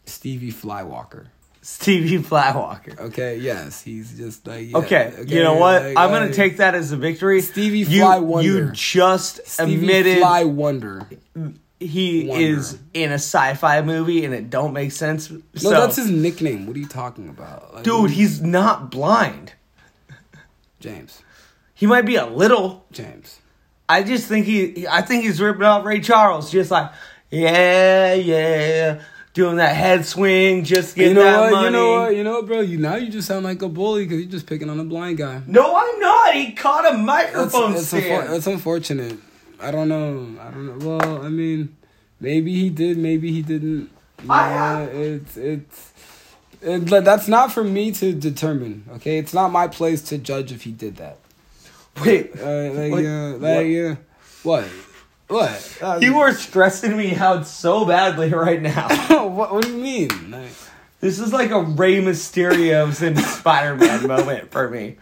S2: stevie flywalker
S1: Stevie Flywalker.
S2: okay yes he's just like yeah,
S1: Okay, you know what?
S2: like,
S1: I'm gonna
S2: like,
S1: take that as a victory.
S2: Stevie
S1: you,
S2: Fly Wonder.
S1: You just
S2: stevie
S1: admitted
S2: fly wonder
S1: he
S2: Wonder.
S1: is in a sci-fi movie and it don't make sense.
S2: no
S1: so,
S2: that's his nickname what are you talking about Like,
S1: dude. He's not blind.
S2: james
S1: He might be a little.
S2: james
S1: I just think he. I think he's ripping off Ray Charles. Just like yeah, yeah, doing that head swing, just getting
S2: you know
S1: that
S2: what
S1: money.
S2: you know what you know what, bro you now you just sound like a bully because you're just picking on a blind guy
S1: No, I'm not. He caught a
S2: That's
S1: microphone
S2: it's,
S1: stand.
S2: unfor- it's unfortunate. I don't know. I don't know. Well, I mean, maybe he did. Maybe he didn't.
S1: I
S2: Yeah,
S1: have-
S2: it's it's. It, like, that's not for me to determine. Okay, it's not my place to judge if he did that.
S1: Wait,
S2: Uh, like
S1: What-
S2: yeah, like
S1: what?
S2: yeah. What? What? Uh,
S1: you are stressing me out so badly right now.
S2: what? What do you mean? Like,
S1: This is like a Rey Mysterio's and Spider Man moment for me.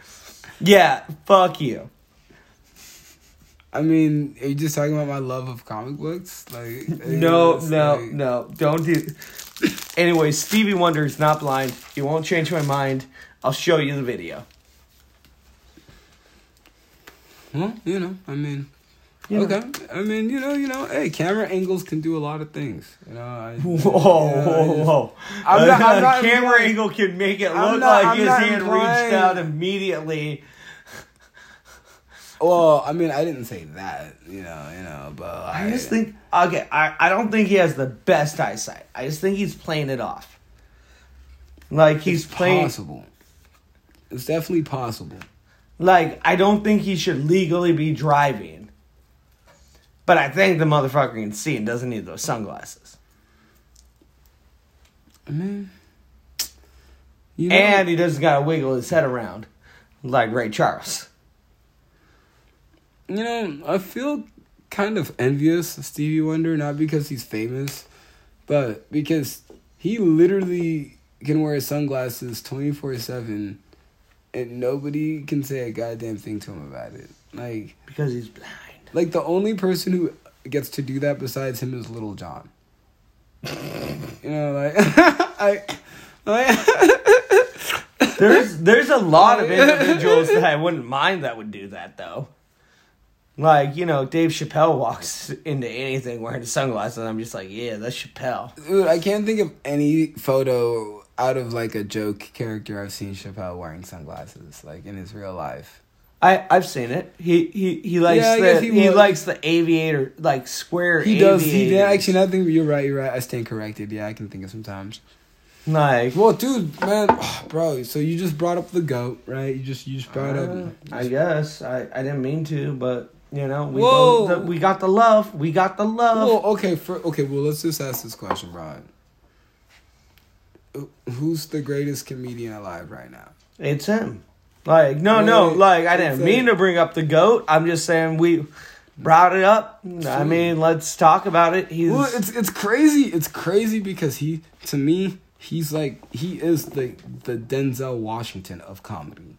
S1: Yeah, fuck you.
S2: I mean, are you just talking about my love of comic books? Like
S1: No,
S2: it's
S1: no,
S2: like-
S1: no. Don't do. Anyway, Stevie Wonder is not blind. You won't change my mind. I'll show you the video.
S2: Well, you know, I mean,
S1: You know.
S2: okay. I mean, you know, you know, hey, camera angles can do a lot of things. You know, I,
S1: Whoa,
S2: yeah, I
S1: whoa,
S2: just-
S1: whoa! Uh,
S2: I'm not- I'm not
S1: camera
S2: implying-
S1: angle can make it
S2: I'm
S1: look
S2: not-
S1: like
S2: I'm
S1: his
S2: not
S1: hand
S2: implying-
S1: reached out immediately.
S2: Well, I mean, I didn't say that. You know, you know, but I,
S1: I just think okay. I, I don't think he has the best eyesight. I just think he's playing it off. Like he's
S2: it's
S1: playing.
S2: possible. It's definitely possible.
S1: Like, I don't think he should legally be driving. But I think the motherfucker can see and doesn't need those sunglasses.
S2: I mean, you know,
S1: And he doesn't gotta wiggle his head around like Ray Charles.
S2: you know, I feel kind of envious of Stevie Wonder, not because he's famous, but because he literally can wear sunglasses twenty four seven, and nobody can say a goddamn thing to him about it. Like,
S1: Because he's blind.
S2: like the only person who gets to do that besides him is Little John. you know, like, I, like,
S1: There's there's a lot of individuals that I wouldn't mind that would do that though. Like, you know, Dave Chappelle walks into anything wearing sunglasses and I'm just like, yeah, that's Chappelle.
S2: dude, I can't think of any photo out of like a joke character I've seen Chappelle wearing sunglasses, like in his real life.
S1: I, I've seen it. He he, he likes
S2: Yeah, I
S1: the
S2: guess
S1: he,
S2: he would.
S1: likes the aviator like square
S2: He does. He did.
S1: aviators.
S2: Actually, nothing. You're right. You're right. I stand corrected. Yeah, I can think of sometimes.
S1: Like,
S2: Well, dude, man, bro. So you just brought up the goat, right? You just you just brought
S1: uh,
S2: up.
S1: I guess I, I didn't mean to, but you know, we
S2: Whoa.
S1: both, we got the love, we got the love.
S2: Well, okay, for, okay. Well, let's just ask this question, Brian. Who- Who's the greatest comedian alive right now?
S1: It's him. Like, no, no,
S2: Really?
S1: like I didn't
S2: It's
S1: mean
S2: him.
S1: to bring up the goat. I'm just saying we brought it up. I mean, let's talk about it. He's
S2: Well, it's it's crazy. It's crazy because he, to me, he's like he is the the Denzel Washington of comedy.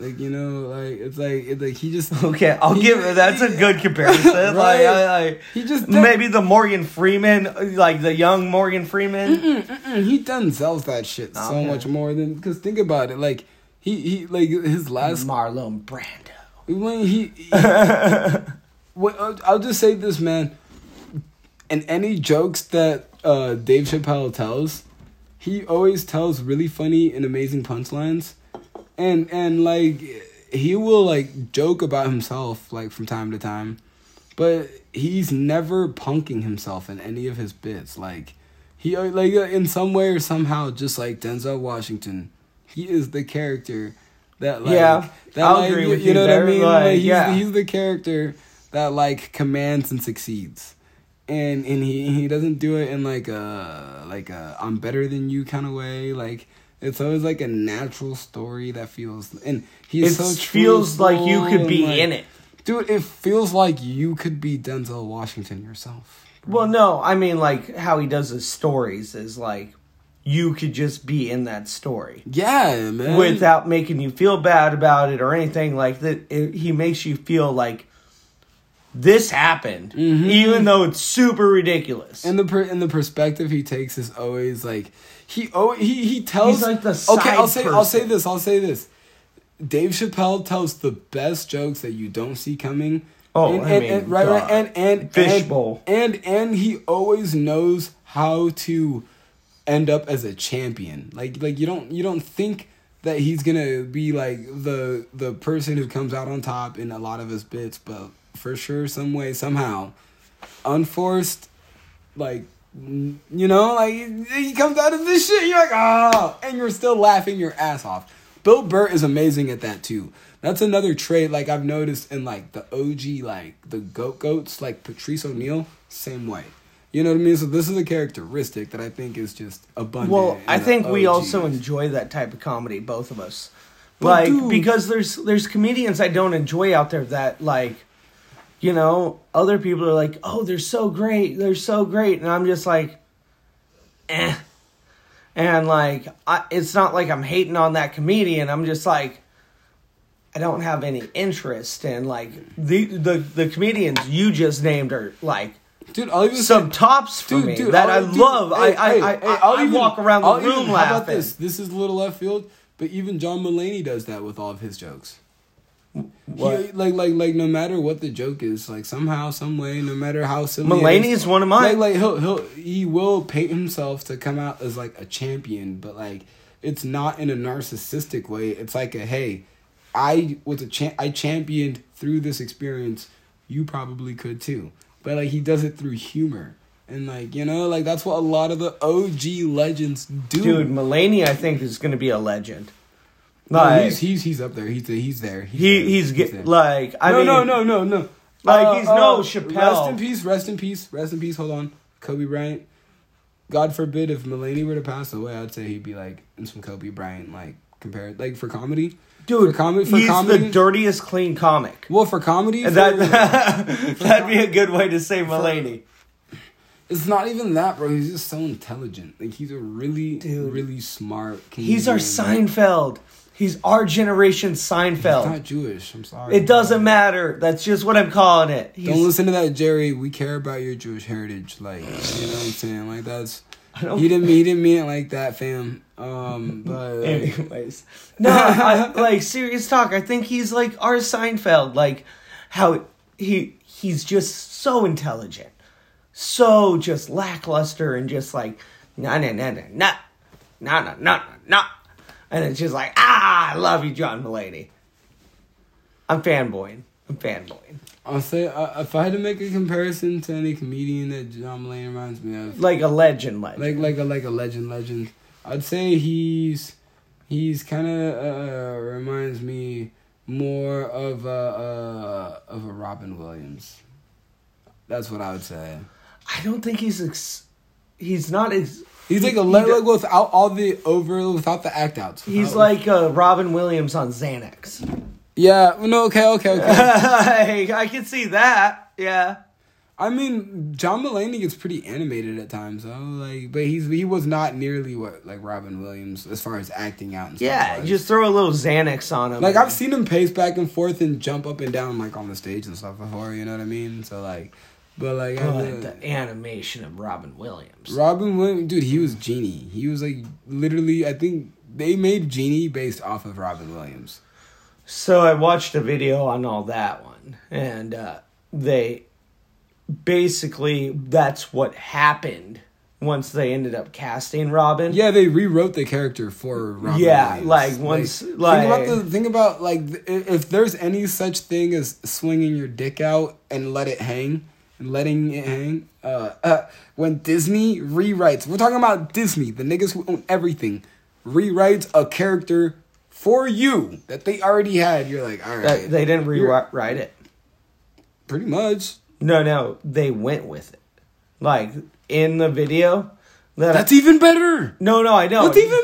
S2: Like you know, like it's like it's like he just
S1: okay. I'll
S2: he-
S1: give it. That's a good comparison.
S2: Right?
S1: Like, I, I,
S2: he just did-
S1: maybe the Morgan Freeman, like the young Morgan Freeman.
S2: Mm-mm, he Denzels that shit so
S1: Okay.
S2: much more than because think about it, like. He, he like his last
S1: Marlon Brando.
S2: When he, he- Well, I'll- I'll just say this, man. In any jokes that uh, Dave Chappelle tells, he always tells really funny and amazing punchlines, and and like he will like joke about himself like from time to time, but he's never punking himself in any of his bits. Like he uh, like uh, in some way or somehow, just like Denzel Washington, he is the character that like
S1: Yeah,
S2: that
S1: I'll
S2: like,
S1: agree
S2: you,
S1: with
S2: you
S1: you
S2: know
S1: there,
S2: what I mean.
S1: like,
S2: Like, he's,
S1: yeah.
S2: he's the character that like commands and succeeds. And and he, he doesn't do it in like a like a I'm better than you kind of way. Like it's always like a natural story that feels and
S1: It
S2: he's so
S1: feels like you
S2: truthful
S1: could be
S2: and, like-
S1: in it.
S2: Dude, it feels like you could be Denzel Washington yourself.
S1: Well, no, I mean like how he does his stories is like you could just be in that story
S2: Yeah, man.
S1: without making you feel bad about it or anything like that. It, he makes you feel like this happened, even though it's super ridiculous.
S2: and the per- and the perspective he takes is always like he oh he he tells
S1: He's like the
S2: okay. I'll
S1: side
S2: say I'll say
S1: person.
S2: this. I'll say this. Dave Chappelle tells the best jokes that you don't see coming.
S1: Oh,
S2: and,
S1: I
S2: and,
S1: mean,
S2: and- right, right,
S1: God.
S2: and and
S1: Fishbowl.
S2: and, and and he always knows how to end up as a champion. Like like you don't you don't think that he's gonna be like the the person who comes out on top in a lot of his bits, but for sure, some way, somehow, unforced like n- you know like he comes out of this shit you're like oh and you're still laughing your ass off bill burr is amazing at that too that's another trait like i've noticed in like the og like the goat goats like patrice o'neill same way you know what i mean so this is a characteristic that i think is just abundant
S1: well,
S2: in
S1: I
S2: the
S1: think we also
S2: OGs.
S1: enjoy that type of comedy, both of us.
S2: Well,
S1: Like
S2: dude.
S1: because there's there's comedians I don't enjoy out there that like, you know, other people are like, oh, they're so great, they're so great, and I'm just like, eh, and like I, it's not like I'm hating on that comedian. I'm just like, I don't have any interest in like the the the comedians you just named are like
S2: dude i'll even say-
S1: some tops for me that I
S2: I'll- dude,
S1: love. I,
S2: hey,
S1: I,
S2: hey,
S1: I,
S2: hey,
S1: I,
S2: I'll
S1: I
S2: even-
S1: walk around the
S2: I'll
S1: room
S2: even-
S1: laughing.
S2: How about this? This is a little left field, but even John Mulaney does that with all of his jokes. He-
S1: What?
S2: like, like, like, no matter what the joke is, like somehow, some way, no matter how silly. it
S1: Mulaney is one of mine.
S2: Like, like he'll he'll he will paint himself to come out as like a champion, but like it's not in a narcissistic way. It's like a hey, I was a cha- I championed through this experience. You probably could too, but like he does it through humor. And like you know, like that's what a lot of the OG legends do.
S1: Dude, Mulaney, I think, is going to be a legend.
S2: No,
S1: Like,
S2: he's he's he's up there. He's he's there. He's
S1: he,
S2: there.
S1: he's, get
S2: there.
S1: like, I
S2: no,
S1: mean,
S2: no, no, no, no. Uh,
S1: Like, he's no
S2: Rest
S1: Chappelle.
S2: in peace. Rest in peace. Rest in peace. Hold on, Kobe Bryant. God forbid if Mulaney were to pass away, I'd say he'd be like in some Kobe Bryant like compared like for comedy.
S1: dude,
S2: for comedy, for
S1: he's
S2: comedy.
S1: the dirtiest clean comic.
S2: well, for comedy, for,
S1: that, that'd be a good way to say Mulaney.
S2: it's not even that, bro. He's just so intelligent. Like he's a really,
S1: Dude.
S2: really smart. Comedian.
S1: He's our Seinfeld. He's our generation
S2: Mm. He's
S1: Seinfeld.
S2: not Jewish. I'm sorry.
S1: It doesn't matter. That's just what I'm calling it. He's,
S2: Don't listen to that, Jerry. We care about your Jewish heritage. Like, you know what I'm saying? Like, that's.
S1: don't-
S2: He didn't, he didn't mean it like that, fam. Um, but. like,
S1: Anyways, no, I, like serious talk. I think he's like our Seinfeld. Like how he he's just so intelligent, so just lackluster, and just like na na na na na na na na na, and it's just like ah, I love you, John Mulaney. I'm fanboying. I'm fanboying.
S2: I'll say, uh, if I had to make a comparison to any comedian that John Mulaney reminds me of,
S1: Like a legend, legend.
S2: like like a like a legend legend i'd say he's he's kind of uh reminds me more of a uh of a robin williams that's what i would say
S1: I don't think he's ex- he's not ex-
S2: he's like a
S1: He-
S2: le- Oh.
S1: he-
S2: like without all the over without the act outs
S1: he's
S2: without-
S1: like uh, Robin Williams on Xanax.
S2: yeah no okay okay okay
S1: Hey, I can see that. Yeah.
S2: i mean john mulaney gets pretty animated at times though like but he's he was not nearly what like robin williams as far as acting out and stuff
S1: Yeah,
S2: was.
S1: just throw a little Xanax on him.
S2: Like
S1: and-
S2: I've seen him pace back and forth and jump up and down like on the stage and stuff before, you know what I mean? So like but like I
S1: But
S2: don't-
S1: the animation of Robin Williams.
S2: Robin Williams dude, he was Genie. He was like literally I think they made Genie based off of Robin Williams.
S1: So I watched a video on all that one, and uh, they basically that's what happened once they ended up casting Robin.
S2: Yeah, they rewrote the character for Robin
S1: Yeah,
S2: Williams.
S1: like, once- like-
S2: think about the think about like th- i- if there's any such thing as swinging your dick out and let it hang and letting it hang. Uh, uh, when Disney rewrites, we're talking about Disney, the niggas who own everything, rewrites a character for you that they already had. You're like, all
S1: That-
S2: right,
S1: Uh, they didn't
S2: You're-
S1: rewrite it.
S2: pretty much.
S1: No, no, they went with it. Like in the video, that
S2: That's even better.
S1: no, no, I know.
S2: That's even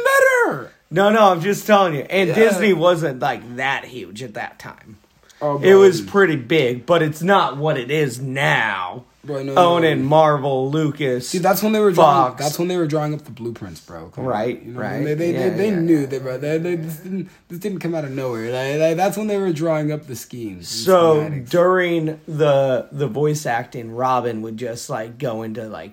S2: better.
S1: No, no, I'm just telling you. And
S2: Yeah.
S1: Disney wasn't like that huge at that time.
S2: Oh,
S1: it was
S2: man.
S1: pretty big, but it's not what it is now.
S2: Bro, no, no, no.
S1: Owen and Marvel, Lucas.
S2: See, that's when they were drawing.
S1: Fox.
S2: That's when they were drawing up the blueprints, bro. Come on.
S1: Right, right.
S2: They they,
S1: Yeah,
S2: they, they
S1: yeah.
S2: knew that, bro. They, they, this, didn't, this didn't come out of nowhere. Like, like, that's when they were drawing up the schemes. and
S1: so
S2: schematics.
S1: during the the voice acting, Robin would just like go into like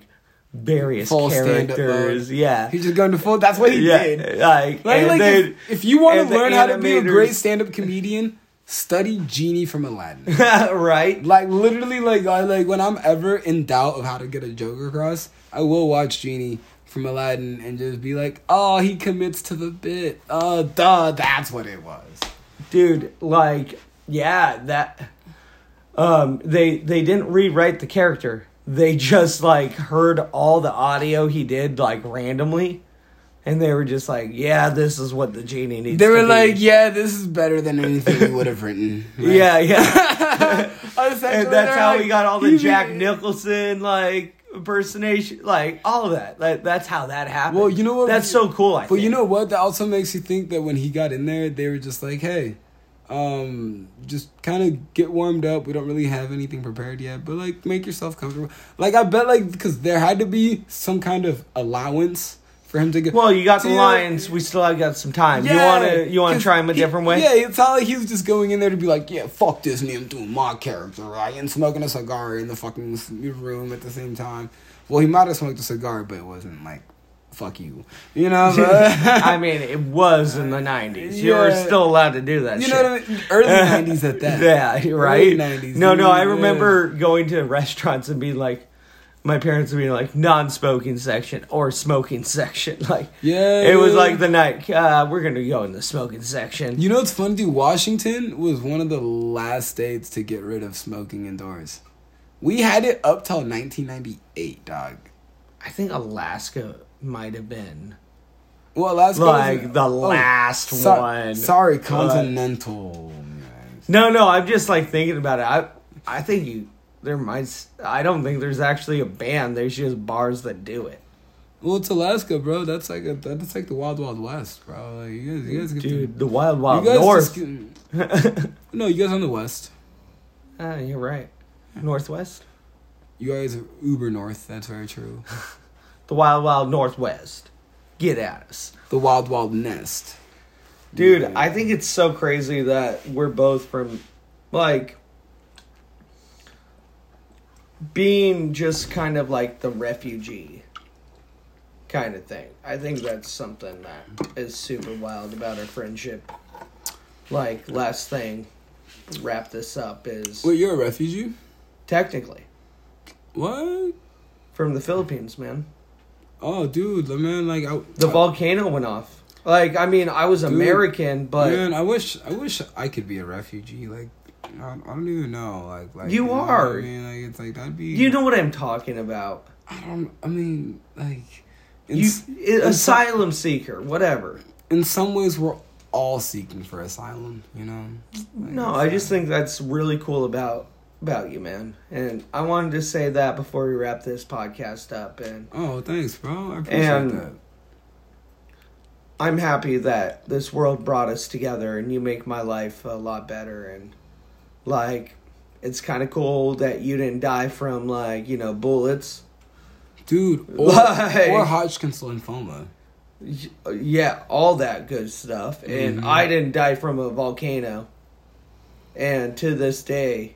S1: various
S2: full stand-up
S1: characters.
S2: mode.
S1: Yeah,
S2: He just going to full. That's what he
S1: yeah,
S2: did.
S1: like,
S2: Like,
S1: and
S2: like
S1: then-
S2: if, if you want
S1: and
S2: to
S1: the
S2: learn how to be a great
S1: animators-
S2: stand-up comedian, study Genie from Aladdin.
S1: right?
S2: Like literally, like I like when I'm ever in doubt of how to get a joke across, I will watch Genie from Aladdin and just be like, "Oh, he commits to the bit. Oh, duh, that's what it was."
S1: dude like yeah that um they they didn't rewrite the character they just like heard all the audio he did like randomly and they were just like yeah this is what the genie needs
S2: They
S1: to
S2: were
S1: be.
S2: like, "Yeah, this is better than anything we would have written." Right?
S1: yeah yeah
S2: Essentially,
S1: and that's
S2: they're
S1: how
S2: like,
S1: we got all the
S2: "He-
S1: jack nicholson like impersonation like all of that like, that's how that happened
S2: Well, you know what?
S1: that's so cool i
S2: But
S1: think.
S2: you know what? That also makes you think that when he got in there, they were just like, "Hey, um, just kind of get warmed up. We don't really have anything prepared yet, but like, make yourself comfortable." Like, I bet, like, because there had to be some kind of allowance for him to get.
S1: well you got
S2: So,
S1: the
S2: yeah,
S1: lines we still have got some time
S2: yeah,
S1: you want to you want to
S2: 'cause
S1: try them a
S2: he-
S1: different way
S2: Yeah, it's not like he was just going in there to be like, yeah, fuck Disney, I'm doing my character, right? And smoking a cigar in the fucking s- room at the same time. Well, he might have smoked a cigar, but it wasn't like, fuck you. You know? but-
S1: I mean, it was in the nineties. You were
S2: Yeah.
S1: still allowed to do that.
S2: You
S1: shit.
S2: know what I mean? Early 90s at that.
S1: Yeah,
S2: Early
S1: right.
S2: 90s,
S1: No, no.
S2: dude,
S1: I
S2: yeah.
S1: remember going to restaurants and being like, my parents would be like, non-smoking section or smoking section. Like,
S2: Yeah,
S1: it was
S2: yeah.
S1: like the night uh, we're gonna go in the smoking section.
S2: You know what's funny, dude? Washington was one of the last states to get rid of smoking indoors. We had it up till 1998, dog.
S1: I think Alaska might have been.
S2: Well, last
S1: Like, the last one.
S2: Sorry,
S1: But-
S2: continental.
S1: No, no. I'm just like thinking about it. I, I think you. There might. s- I don't think there's actually a band. There's just bars that do it.
S2: Well, it's Alaska, bro. That's like a, that's like the wild, wild west, bro. Like, you guys, you guys get
S1: Dude,
S2: to,
S1: the Wild
S2: you
S1: Wild
S2: guys
S1: North.
S2: just get- no, you guys on the west.
S1: Ah, you're right. Northwest?
S2: You guys are uber north. That's very true.
S1: The Wild Wild Northwest. Get at us.
S2: The wild, wild nest.
S1: Dude, I think it's so crazy that we're both from, like, being just kind of like the refugee kind of thing. I think that's something that is super wild about our friendship. Like, last thing, wrap this up is
S2: Wait, you're a refugee?
S1: technically
S2: What?
S1: from the Philippines, man.
S2: Oh, dude, the man, like, I,
S1: The
S2: I-
S1: volcano went off. Like, I mean, I was American, but
S2: man, I wish, I wish I could be a refugee. Like, I, I don't even know. Like, like
S1: You
S2: know what
S1: are.
S2: I mean, like, it's like that'd be.
S1: you know what I'm talking about.
S2: I don't. Um, I mean, like, in,
S1: You
S2: s-
S1: i- asylum seeker, whatever.
S2: in some ways, we're all seeking for asylum. You know. Like,
S1: No, I just think that's really cool about about you, man. And I wanted to say that before we wrap this podcast up. And
S2: Oh, thanks, bro. I appreciate
S1: And-
S2: that.
S1: I'm happy that this world brought us together, and you make my life a lot better. And like, it's kind of cool that you didn't die from like you know bullets.
S2: Dude, or,
S1: Like-
S2: or Hodgkin's lymphoma.
S1: Y- yeah, all that good stuff. And
S2: Mhm.
S1: I didn't die from a volcano. And to this day,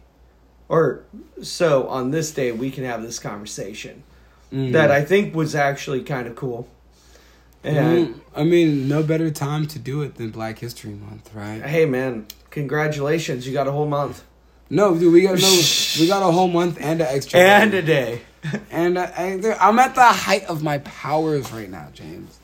S1: or so on this day, we can have this conversation
S2: Mm.
S1: that I think was actually kind of cool. And
S2: Mm, I mean, no better time to do it than Black History Month, right?
S1: hey, man, congratulations! You got a whole month
S2: No, dude, we got no, we got a whole month and an extra
S1: and
S2: day.
S1: a day.
S2: and, uh, and dude, I'm at the height of my powers right now, James.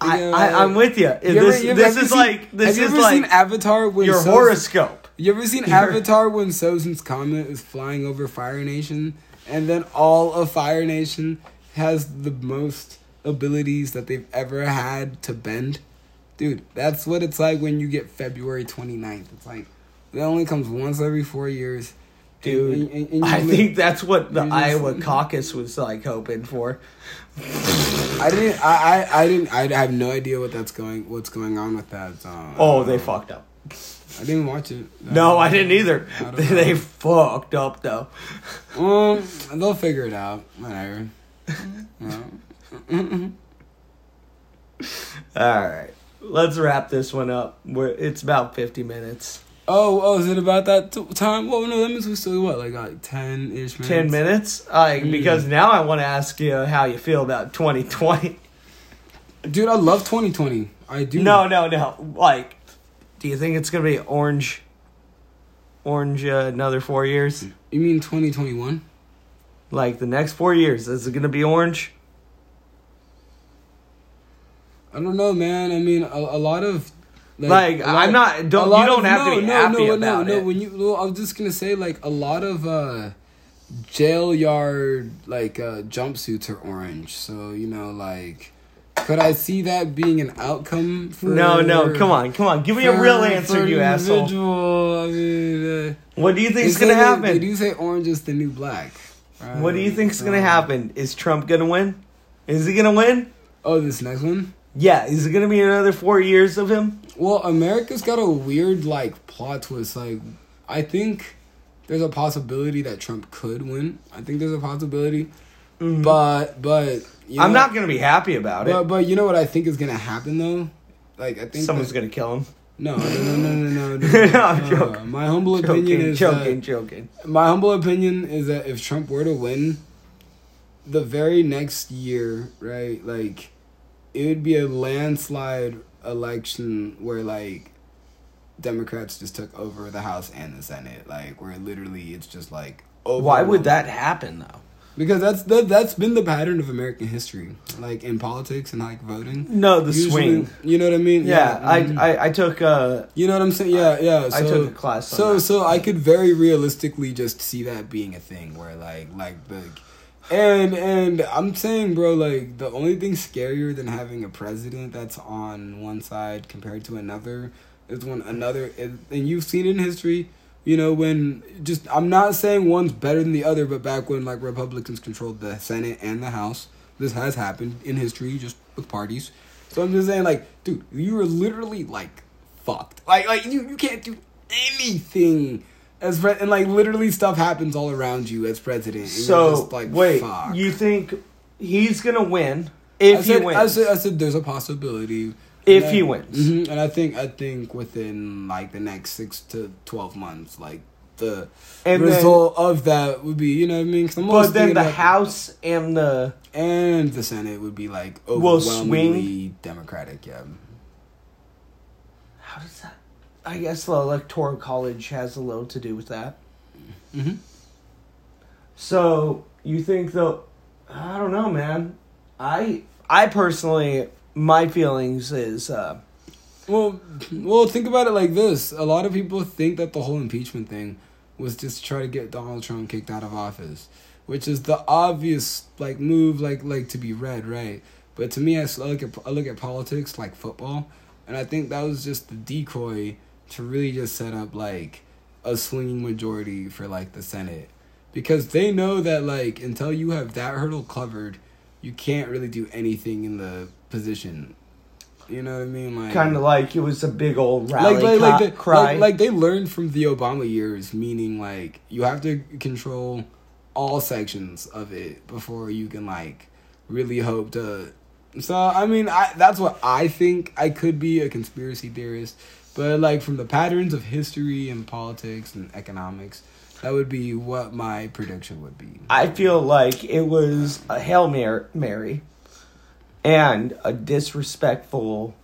S1: I,
S2: Yeah.
S1: I I'm with you.
S2: You ever-
S1: This
S2: you ever-
S1: this
S2: have
S1: is
S2: you seen-
S1: like this
S2: have you
S1: is
S2: ever seen
S1: like
S2: Avatar when
S1: your
S2: Sozin-
S1: horoscope.
S2: You ever seen Avatar when Sozin's comet is flying over Fire Nation, and then all of Fire Nation has the most abilities that they've ever had to bend? Dude, that's what it's like when you get February 29th. It's like it only comes once every four years.
S1: Dude,
S2: And- and- and you
S1: I
S2: li-
S1: think that's what the
S2: you just-
S1: Iowa caucus was like hoping for.
S2: I didn't. I, I, I didn't. I have no idea what that's going. What's going on with that? Um,
S1: Oh, they fucked up.
S2: I didn't watch it. Uh,
S1: No, I didn't either.
S2: I don't know.
S1: they fucked up though.
S2: Um, they'll figure it out. Whatever. No.
S1: All right, let's wrap this one up. We're, it's about fifty minutes.
S2: Oh, oh, is it about that t- time? Well, no, that means we still what, like, like ten ish minutes.
S1: Ten minutes, like
S2: Mm.
S1: because now I want to ask you how you feel about twenty twenty.
S2: Dude, I love 2020. I do.
S1: No, no, no. Like, do you think it's gonna be orange? Orange uh, another four years.
S2: You mean 2021?
S1: Like the next four years, is it gonna be orange?
S2: I don't know, man. I mean, a, a lot of
S1: Like,
S2: a
S1: I'm not- don't-
S2: a
S1: you
S2: lot
S1: don't have to be happy
S2: no,
S1: about
S2: no,
S1: it.
S2: No, when you, well, I was just gonna say, like, a lot of uh, jail yard like uh, jumpsuits are orange. So you know, like, could I see that being an outcome? for...
S1: no, no. Come on, come on. Give me a
S2: for-
S1: real answer,
S2: for
S1: you asshole.
S2: individual, I mean, uh,
S1: What do you
S2: they
S1: think's
S2: say
S1: gonna
S2: that- They
S1: happen?
S2: do say orange is the new black.
S1: What do you
S2: Uh,
S1: think's gonna
S2: uh,
S1: happen? Is Trump gonna win? Is he gonna win?
S2: Oh, this next one.
S1: Yeah. Is it gonna be another four years of him?
S2: Well, America's got a weird like plot twist. Like, I think there's a possibility that Trump could win. I think there's a possibility, but but you
S1: Mm-hmm. I'm
S2: know-
S1: not gonna be happy about
S2: But
S1: it.
S2: but you know what I think is gonna happen though. Like I think
S1: Someone's
S2: that-
S1: gonna kill him.
S2: no no no no no. no, no,
S1: No, I'm
S2: Uh,
S1: joking.
S2: my humble opinion
S1: Joking,
S2: is uh,
S1: joking,
S2: that,
S1: joking.
S2: my humble opinion is that if Trump were to win, the very next year, right, like it would be a landslide election where like Democrats just took over the House and the Senate, like where literally it's just like over.
S1: Why would that happen though?
S2: Because that's that, that's been the pattern of American history, like in politics and like voting.
S1: No, the
S2: Usually-
S1: swing.
S2: You know what I mean?
S1: Yeah,
S2: mhm.
S1: I, I I took uh
S2: You know what I'm saying? Yeah, yeah. So,
S1: I took a class on
S2: so
S1: that.
S2: so I could very realistically just see that being a thing where like like the and and I'm saying, bro, like the only thing scarier than having a president that's on one side compared to another is when another and and you've seen in history, you know, when just I'm not saying one's better than the other, but back when like Republicans controlled the Senate and the House, this has happened in history just with parties. So I'm just saying, like, dude, you were literally like fucked. Like, like you, you can't do anything as pre- and like literally stuff happens all around you as president. and you're
S1: so
S2: just like,
S1: wait,
S2: fuck.
S1: you think he's gonna win if
S2: I said,
S1: he
S2: I
S1: wins?
S2: said, I said, there's a possibility.
S1: If
S2: And
S1: he
S2: I-
S1: wins.
S2: Mhm, and I think, I think within like the next six to twelve months, like the
S1: And then-
S2: result of that would be, you know what I mean? 'Cause I'm always
S1: but then
S2: thinking
S1: the
S2: about-
S1: House and the
S2: and the Senate would be like
S1: Will swing?
S2: overwhelmingly Democratic. Yeah,
S1: how does that? I guess the Electoral College has a little to do with that.
S2: Mhm.
S1: So you think though? I don't know, man. I I personally, my feelings is uh,
S2: Well, well, think about it like this: a lot of people think that the whole impeachment thing was just to try to get Donald Trump kicked out of office, which is the obvious like move, like like to be read right. But to me, I s- I look at I look at politics like football, and I think that was just the decoy to really just set up like a swinging majority for like the Senate, because they know that like until you have that hurdle covered, you can't really do anything in the position. You know what I mean? Like
S1: kind of like it was a big old rally
S2: like like,
S1: co-
S2: like, the,
S1: cry.
S2: like like they learned from the Obama years, meaning like you have to control all sections of it before you can like really hope to. So I mean, I that's what I think. I could be a conspiracy theorist, but like from the patterns of history and politics and economics, that would be what my prediction would be.
S1: I feel like it was a Hail Mar- Mary and a disrespectful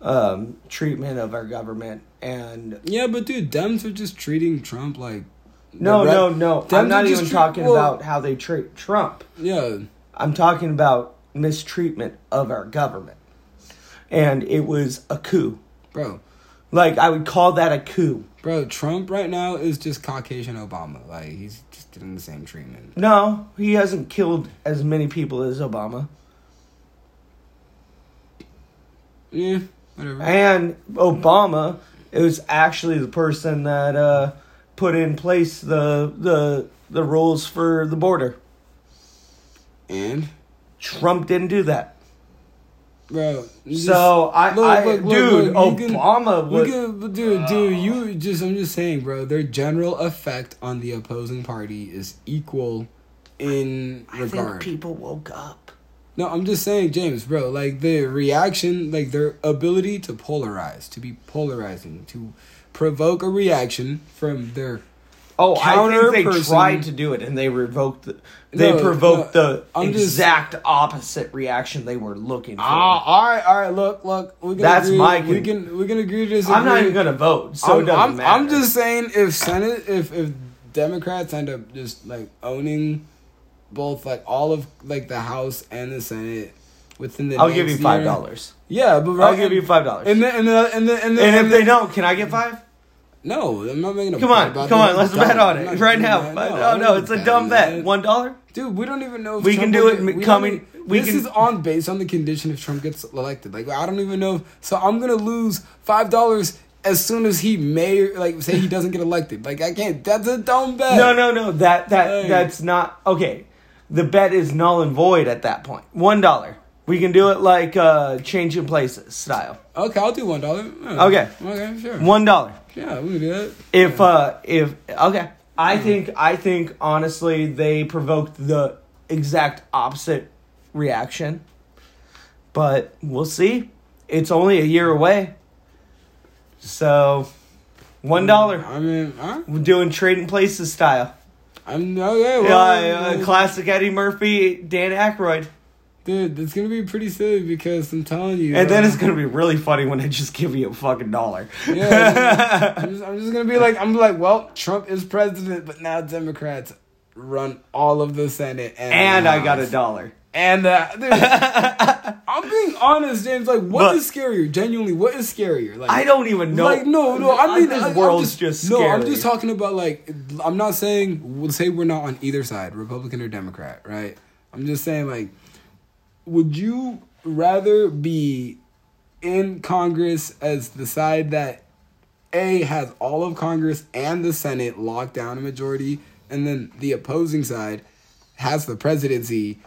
S1: um, treatment of our government. And
S2: yeah, but dude, Dems are just treating Trump like
S1: no,
S2: the re-
S1: no, no.
S2: Dems
S1: I'm
S2: are
S1: not
S2: just
S1: even
S2: treat-
S1: talking
S2: well,
S1: about how they treat Trump.
S2: yeah.
S1: I'm talking about mistreatment of our government. And it was a coup.
S2: Bro,
S1: Like, I would call that a coup.
S2: Bro, Trump right now is just Caucasian Obama. Like he's just getting the same treatment.
S1: No, he hasn't killed as many people as Obama.
S2: Yeah, whatever.
S1: And Obama is actually the person that uh, put in place the the the rules for the border.
S2: And
S1: Trump didn't do that.
S2: bro. just-
S1: So I,
S2: look,
S1: I
S2: look, look,
S1: dude,
S2: look, you can-
S1: Obama
S2: Look
S1: was
S2: at, dude, dude, you just, I'm just saying, bro, their general effect on the opposing party is equal in
S1: I think
S2: regard.
S1: people woke up.
S2: no, I'm just saying, James, bro, like the reaction, like their ability to polarize, to be polarizing, to provoke a reaction from their.
S1: Oh, I
S2: Counter
S1: think they
S2: person-
S1: tried to do it and they revoked. The, they
S2: No,
S1: provoked
S2: no,
S1: the
S2: I'm just-
S1: exact opposite reaction they were looking for.
S2: Ah, all right, all right. Look, look. We can
S1: That's
S2: agree,
S1: my
S2: We
S1: con-
S2: can we can agree to disagree.
S1: I'm not even gonna vote, so it
S2: I'm,
S1: doesn't
S2: I'm,
S1: matter.
S2: I'm just saying if Senate if if Democrats end up just like owning both like all of like the House and the Senate within the
S1: I'll give
S2: next
S1: you five
S2: year-
S1: dollars.
S2: Yeah, but right,
S1: I'll give you five dollars. And,
S2: And then and then and then and, then,
S1: if they don't, can I get five?
S2: no, I'm not making a
S1: Come
S2: bet
S1: on,
S2: about
S1: come
S2: that.
S1: on, let's
S2: Dumb.
S1: bet on
S2: I'm
S1: it
S2: not
S1: right
S2: doing
S1: now.
S2: that.
S1: But oh,
S2: I
S1: no,
S2: don't
S1: no,
S2: do
S1: it's a
S2: that,
S1: dumb bet.
S2: man.
S1: One dollar.
S2: Dude, we don't even know if
S1: We
S2: Trump
S1: can do
S2: will
S1: it
S2: get-
S1: m-
S2: we
S1: coming-
S2: don't even-
S1: we
S2: this
S1: can-
S2: is on based on the condition if Trump gets elected. Like I don't even know. If, so I'm gonna lose five dollars as soon as he may like say he doesn't get elected. Like I can't. That's a dumb bet.
S1: No, no, no. That that
S2: Hey.
S1: that's not okay. The bet is null and void at that point. One dollar. We can do it like uh changing places style.
S2: Okay, I'll do one dollar.
S1: Okay.
S2: Okay, sure.
S1: One dollar.
S2: yeah, we can do that.
S1: If uh if okay. I think I think honestly they provoked the exact opposite reaction. But we'll see. It's only a year away. So one dollar.
S2: I mean, huh?
S1: We're doing trading places style.
S2: I'm okay.
S1: Yeah,
S2: Well,
S1: uh, classic Eddie Murphy, Dan Aykroyd.
S2: dude, it's gonna be pretty silly because I'm telling you.
S1: And then
S2: uh,
S1: it's gonna be really funny when I just give you a fucking dollar.
S2: Yeah, I'm, just, I'm just gonna be like, I'm like, well, Trump is president, but now Democrats run all of the Senate, and,
S1: And I got a
S2: it.
S1: dollar.
S2: And uh, dude, I'm being honest, James. Like, what
S1: But-
S2: is scarier? Genuinely, what is scarier? Like,
S1: I don't even know.
S2: Like, no, no. I mean,
S1: this
S2: I, I'm
S1: world's
S2: just,
S1: just,
S2: no.
S1: scary.
S2: I'm just talking about like, I'm not saying we'll say we're not on either side, Republican or Democrat, right? I'm just saying like, would you rather be in Congress as the side that a has all of Congress and the Senate locked down a majority, and then the opposing side has the presidency?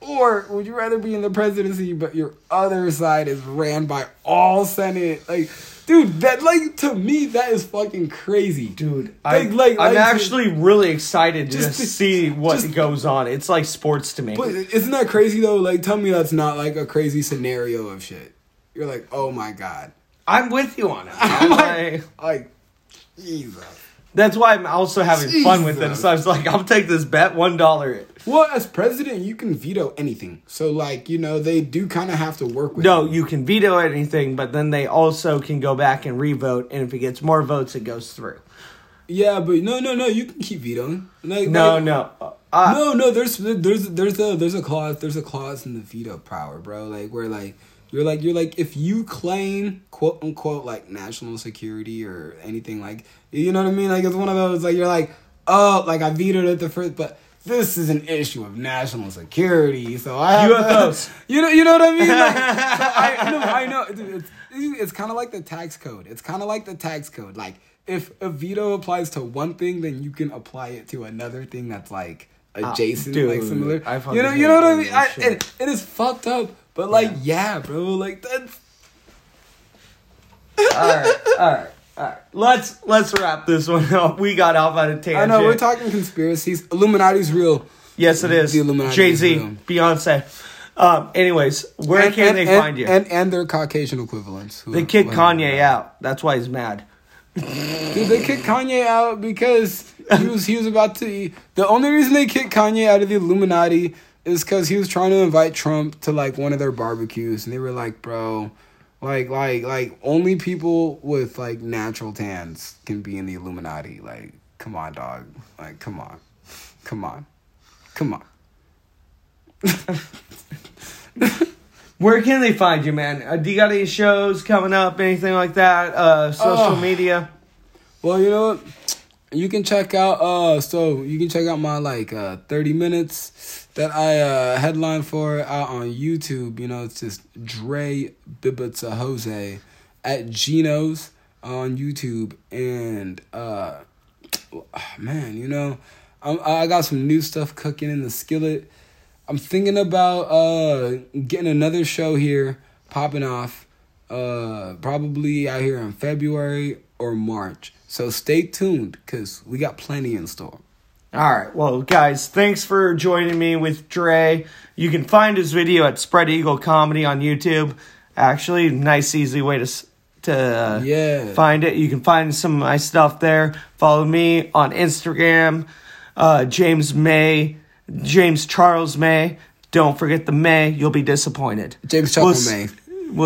S2: Or would you rather be in the presidency, but your other side is ran by all Senate? Like, dude, that like to me that is fucking crazy,
S1: Dude, I,
S2: Like, like,
S1: I'm
S2: like-
S1: actually really excited to
S2: Just
S1: just
S2: to-
S1: see what
S2: just-
S1: goes on. It's like sports to me.
S2: But isn't that crazy though? Like, tell me that's not like a crazy scenario of shit. You're like, oh my god,
S1: I'm with you on it. I'm like-
S2: like, Jesus.
S1: that's why I'm also having fun with it.
S2: Jesus.
S1: So I was like, I'll take this bet, one dollar.
S2: Well, as president, you can veto anything. So, like, you know, they do kind of have to work with.
S1: No, you can veto anything, but then they also can go back and revote, and if it gets more votes, it goes through.
S2: Yeah, but no, no, no. You can keep vetoing. Like,
S1: No,
S2: like-
S1: no. Uh,
S2: no, no. There's there's there's a there's a clause there's a clause in the veto power, bro. Like where like you're like you're like if you claim quote unquote like national security or anything like you know what I mean. Like it's one of those like you're like oh like I vetoed it the first, but this is an issue of national security, so I have
S1: UFOs.
S2: you know you know what I mean. Like, so I, no, I know dude, it's it's kind of like the tax code. It's kind of like the tax code. Like if a veto applies to one thing, then you can apply it to another thing that's like adjacent,
S1: Ah,
S2: like
S1: dude,
S2: similar.
S1: I
S2: you know,
S1: fucking
S2: you know what I
S1: hate
S2: mean.
S1: that
S2: I,
S1: shit.
S2: it, it is fucked up, but like, yeah, bro, like that's
S1: all right, all right, all right. Let's let's wrap this one up. We got off on a tangent.
S2: I know we're talking conspiracies. Illuminati's real.
S1: Yes, it is.
S2: The Illuminati
S1: Jay Z,
S2: is real.
S1: Beyonce. Um, anyways, where
S2: And-
S1: can
S2: and-
S1: they
S2: and-
S1: find you?
S2: And and their Caucasian equivalents. who-
S1: they kicked
S2: who-
S1: Kanye out. That's why he's mad.
S2: Dude, they kicked Kanye out because he was he was about to. Eat. The only reason they kicked Kanye out of the Illuminati is because he was trying to invite Trump to like one of their barbecues, and they were like, "Bro, like like like only people with like natural tans can be in the Illuminati. Like, come on, dog. Like, come on, come on, come on."
S1: Where can they find you, man? Uh, do you got any shows coming up? Anything like that? Uh, social
S2: Oh.
S1: media?
S2: Well, you know what? You can check out uh so you can check out my like uh 30 minutes that I uh headline for out on YouTube, you know, it's just Dre Bibitsa Jose at Geno's on YouTube and uh man, you know, I'm, I got some new stuff cooking in the skillet. I'm thinking about uh getting another show here popping off uh probably out here in February or March. So stay tuned cuz we got plenty in store.
S1: All right. Well, guys, thanks for joining me with Dre. You can find his video at Spread Eagle Comedy on YouTube. Actually, nice, easy way to s- to uh,
S2: Yeah.
S1: find it. You can find some of my stuff there. Follow me on Instagram, uh, James May, James Charles May. Don't forget the May. You'll be disappointed.
S2: James Chuckle
S1: We'll s-
S2: May.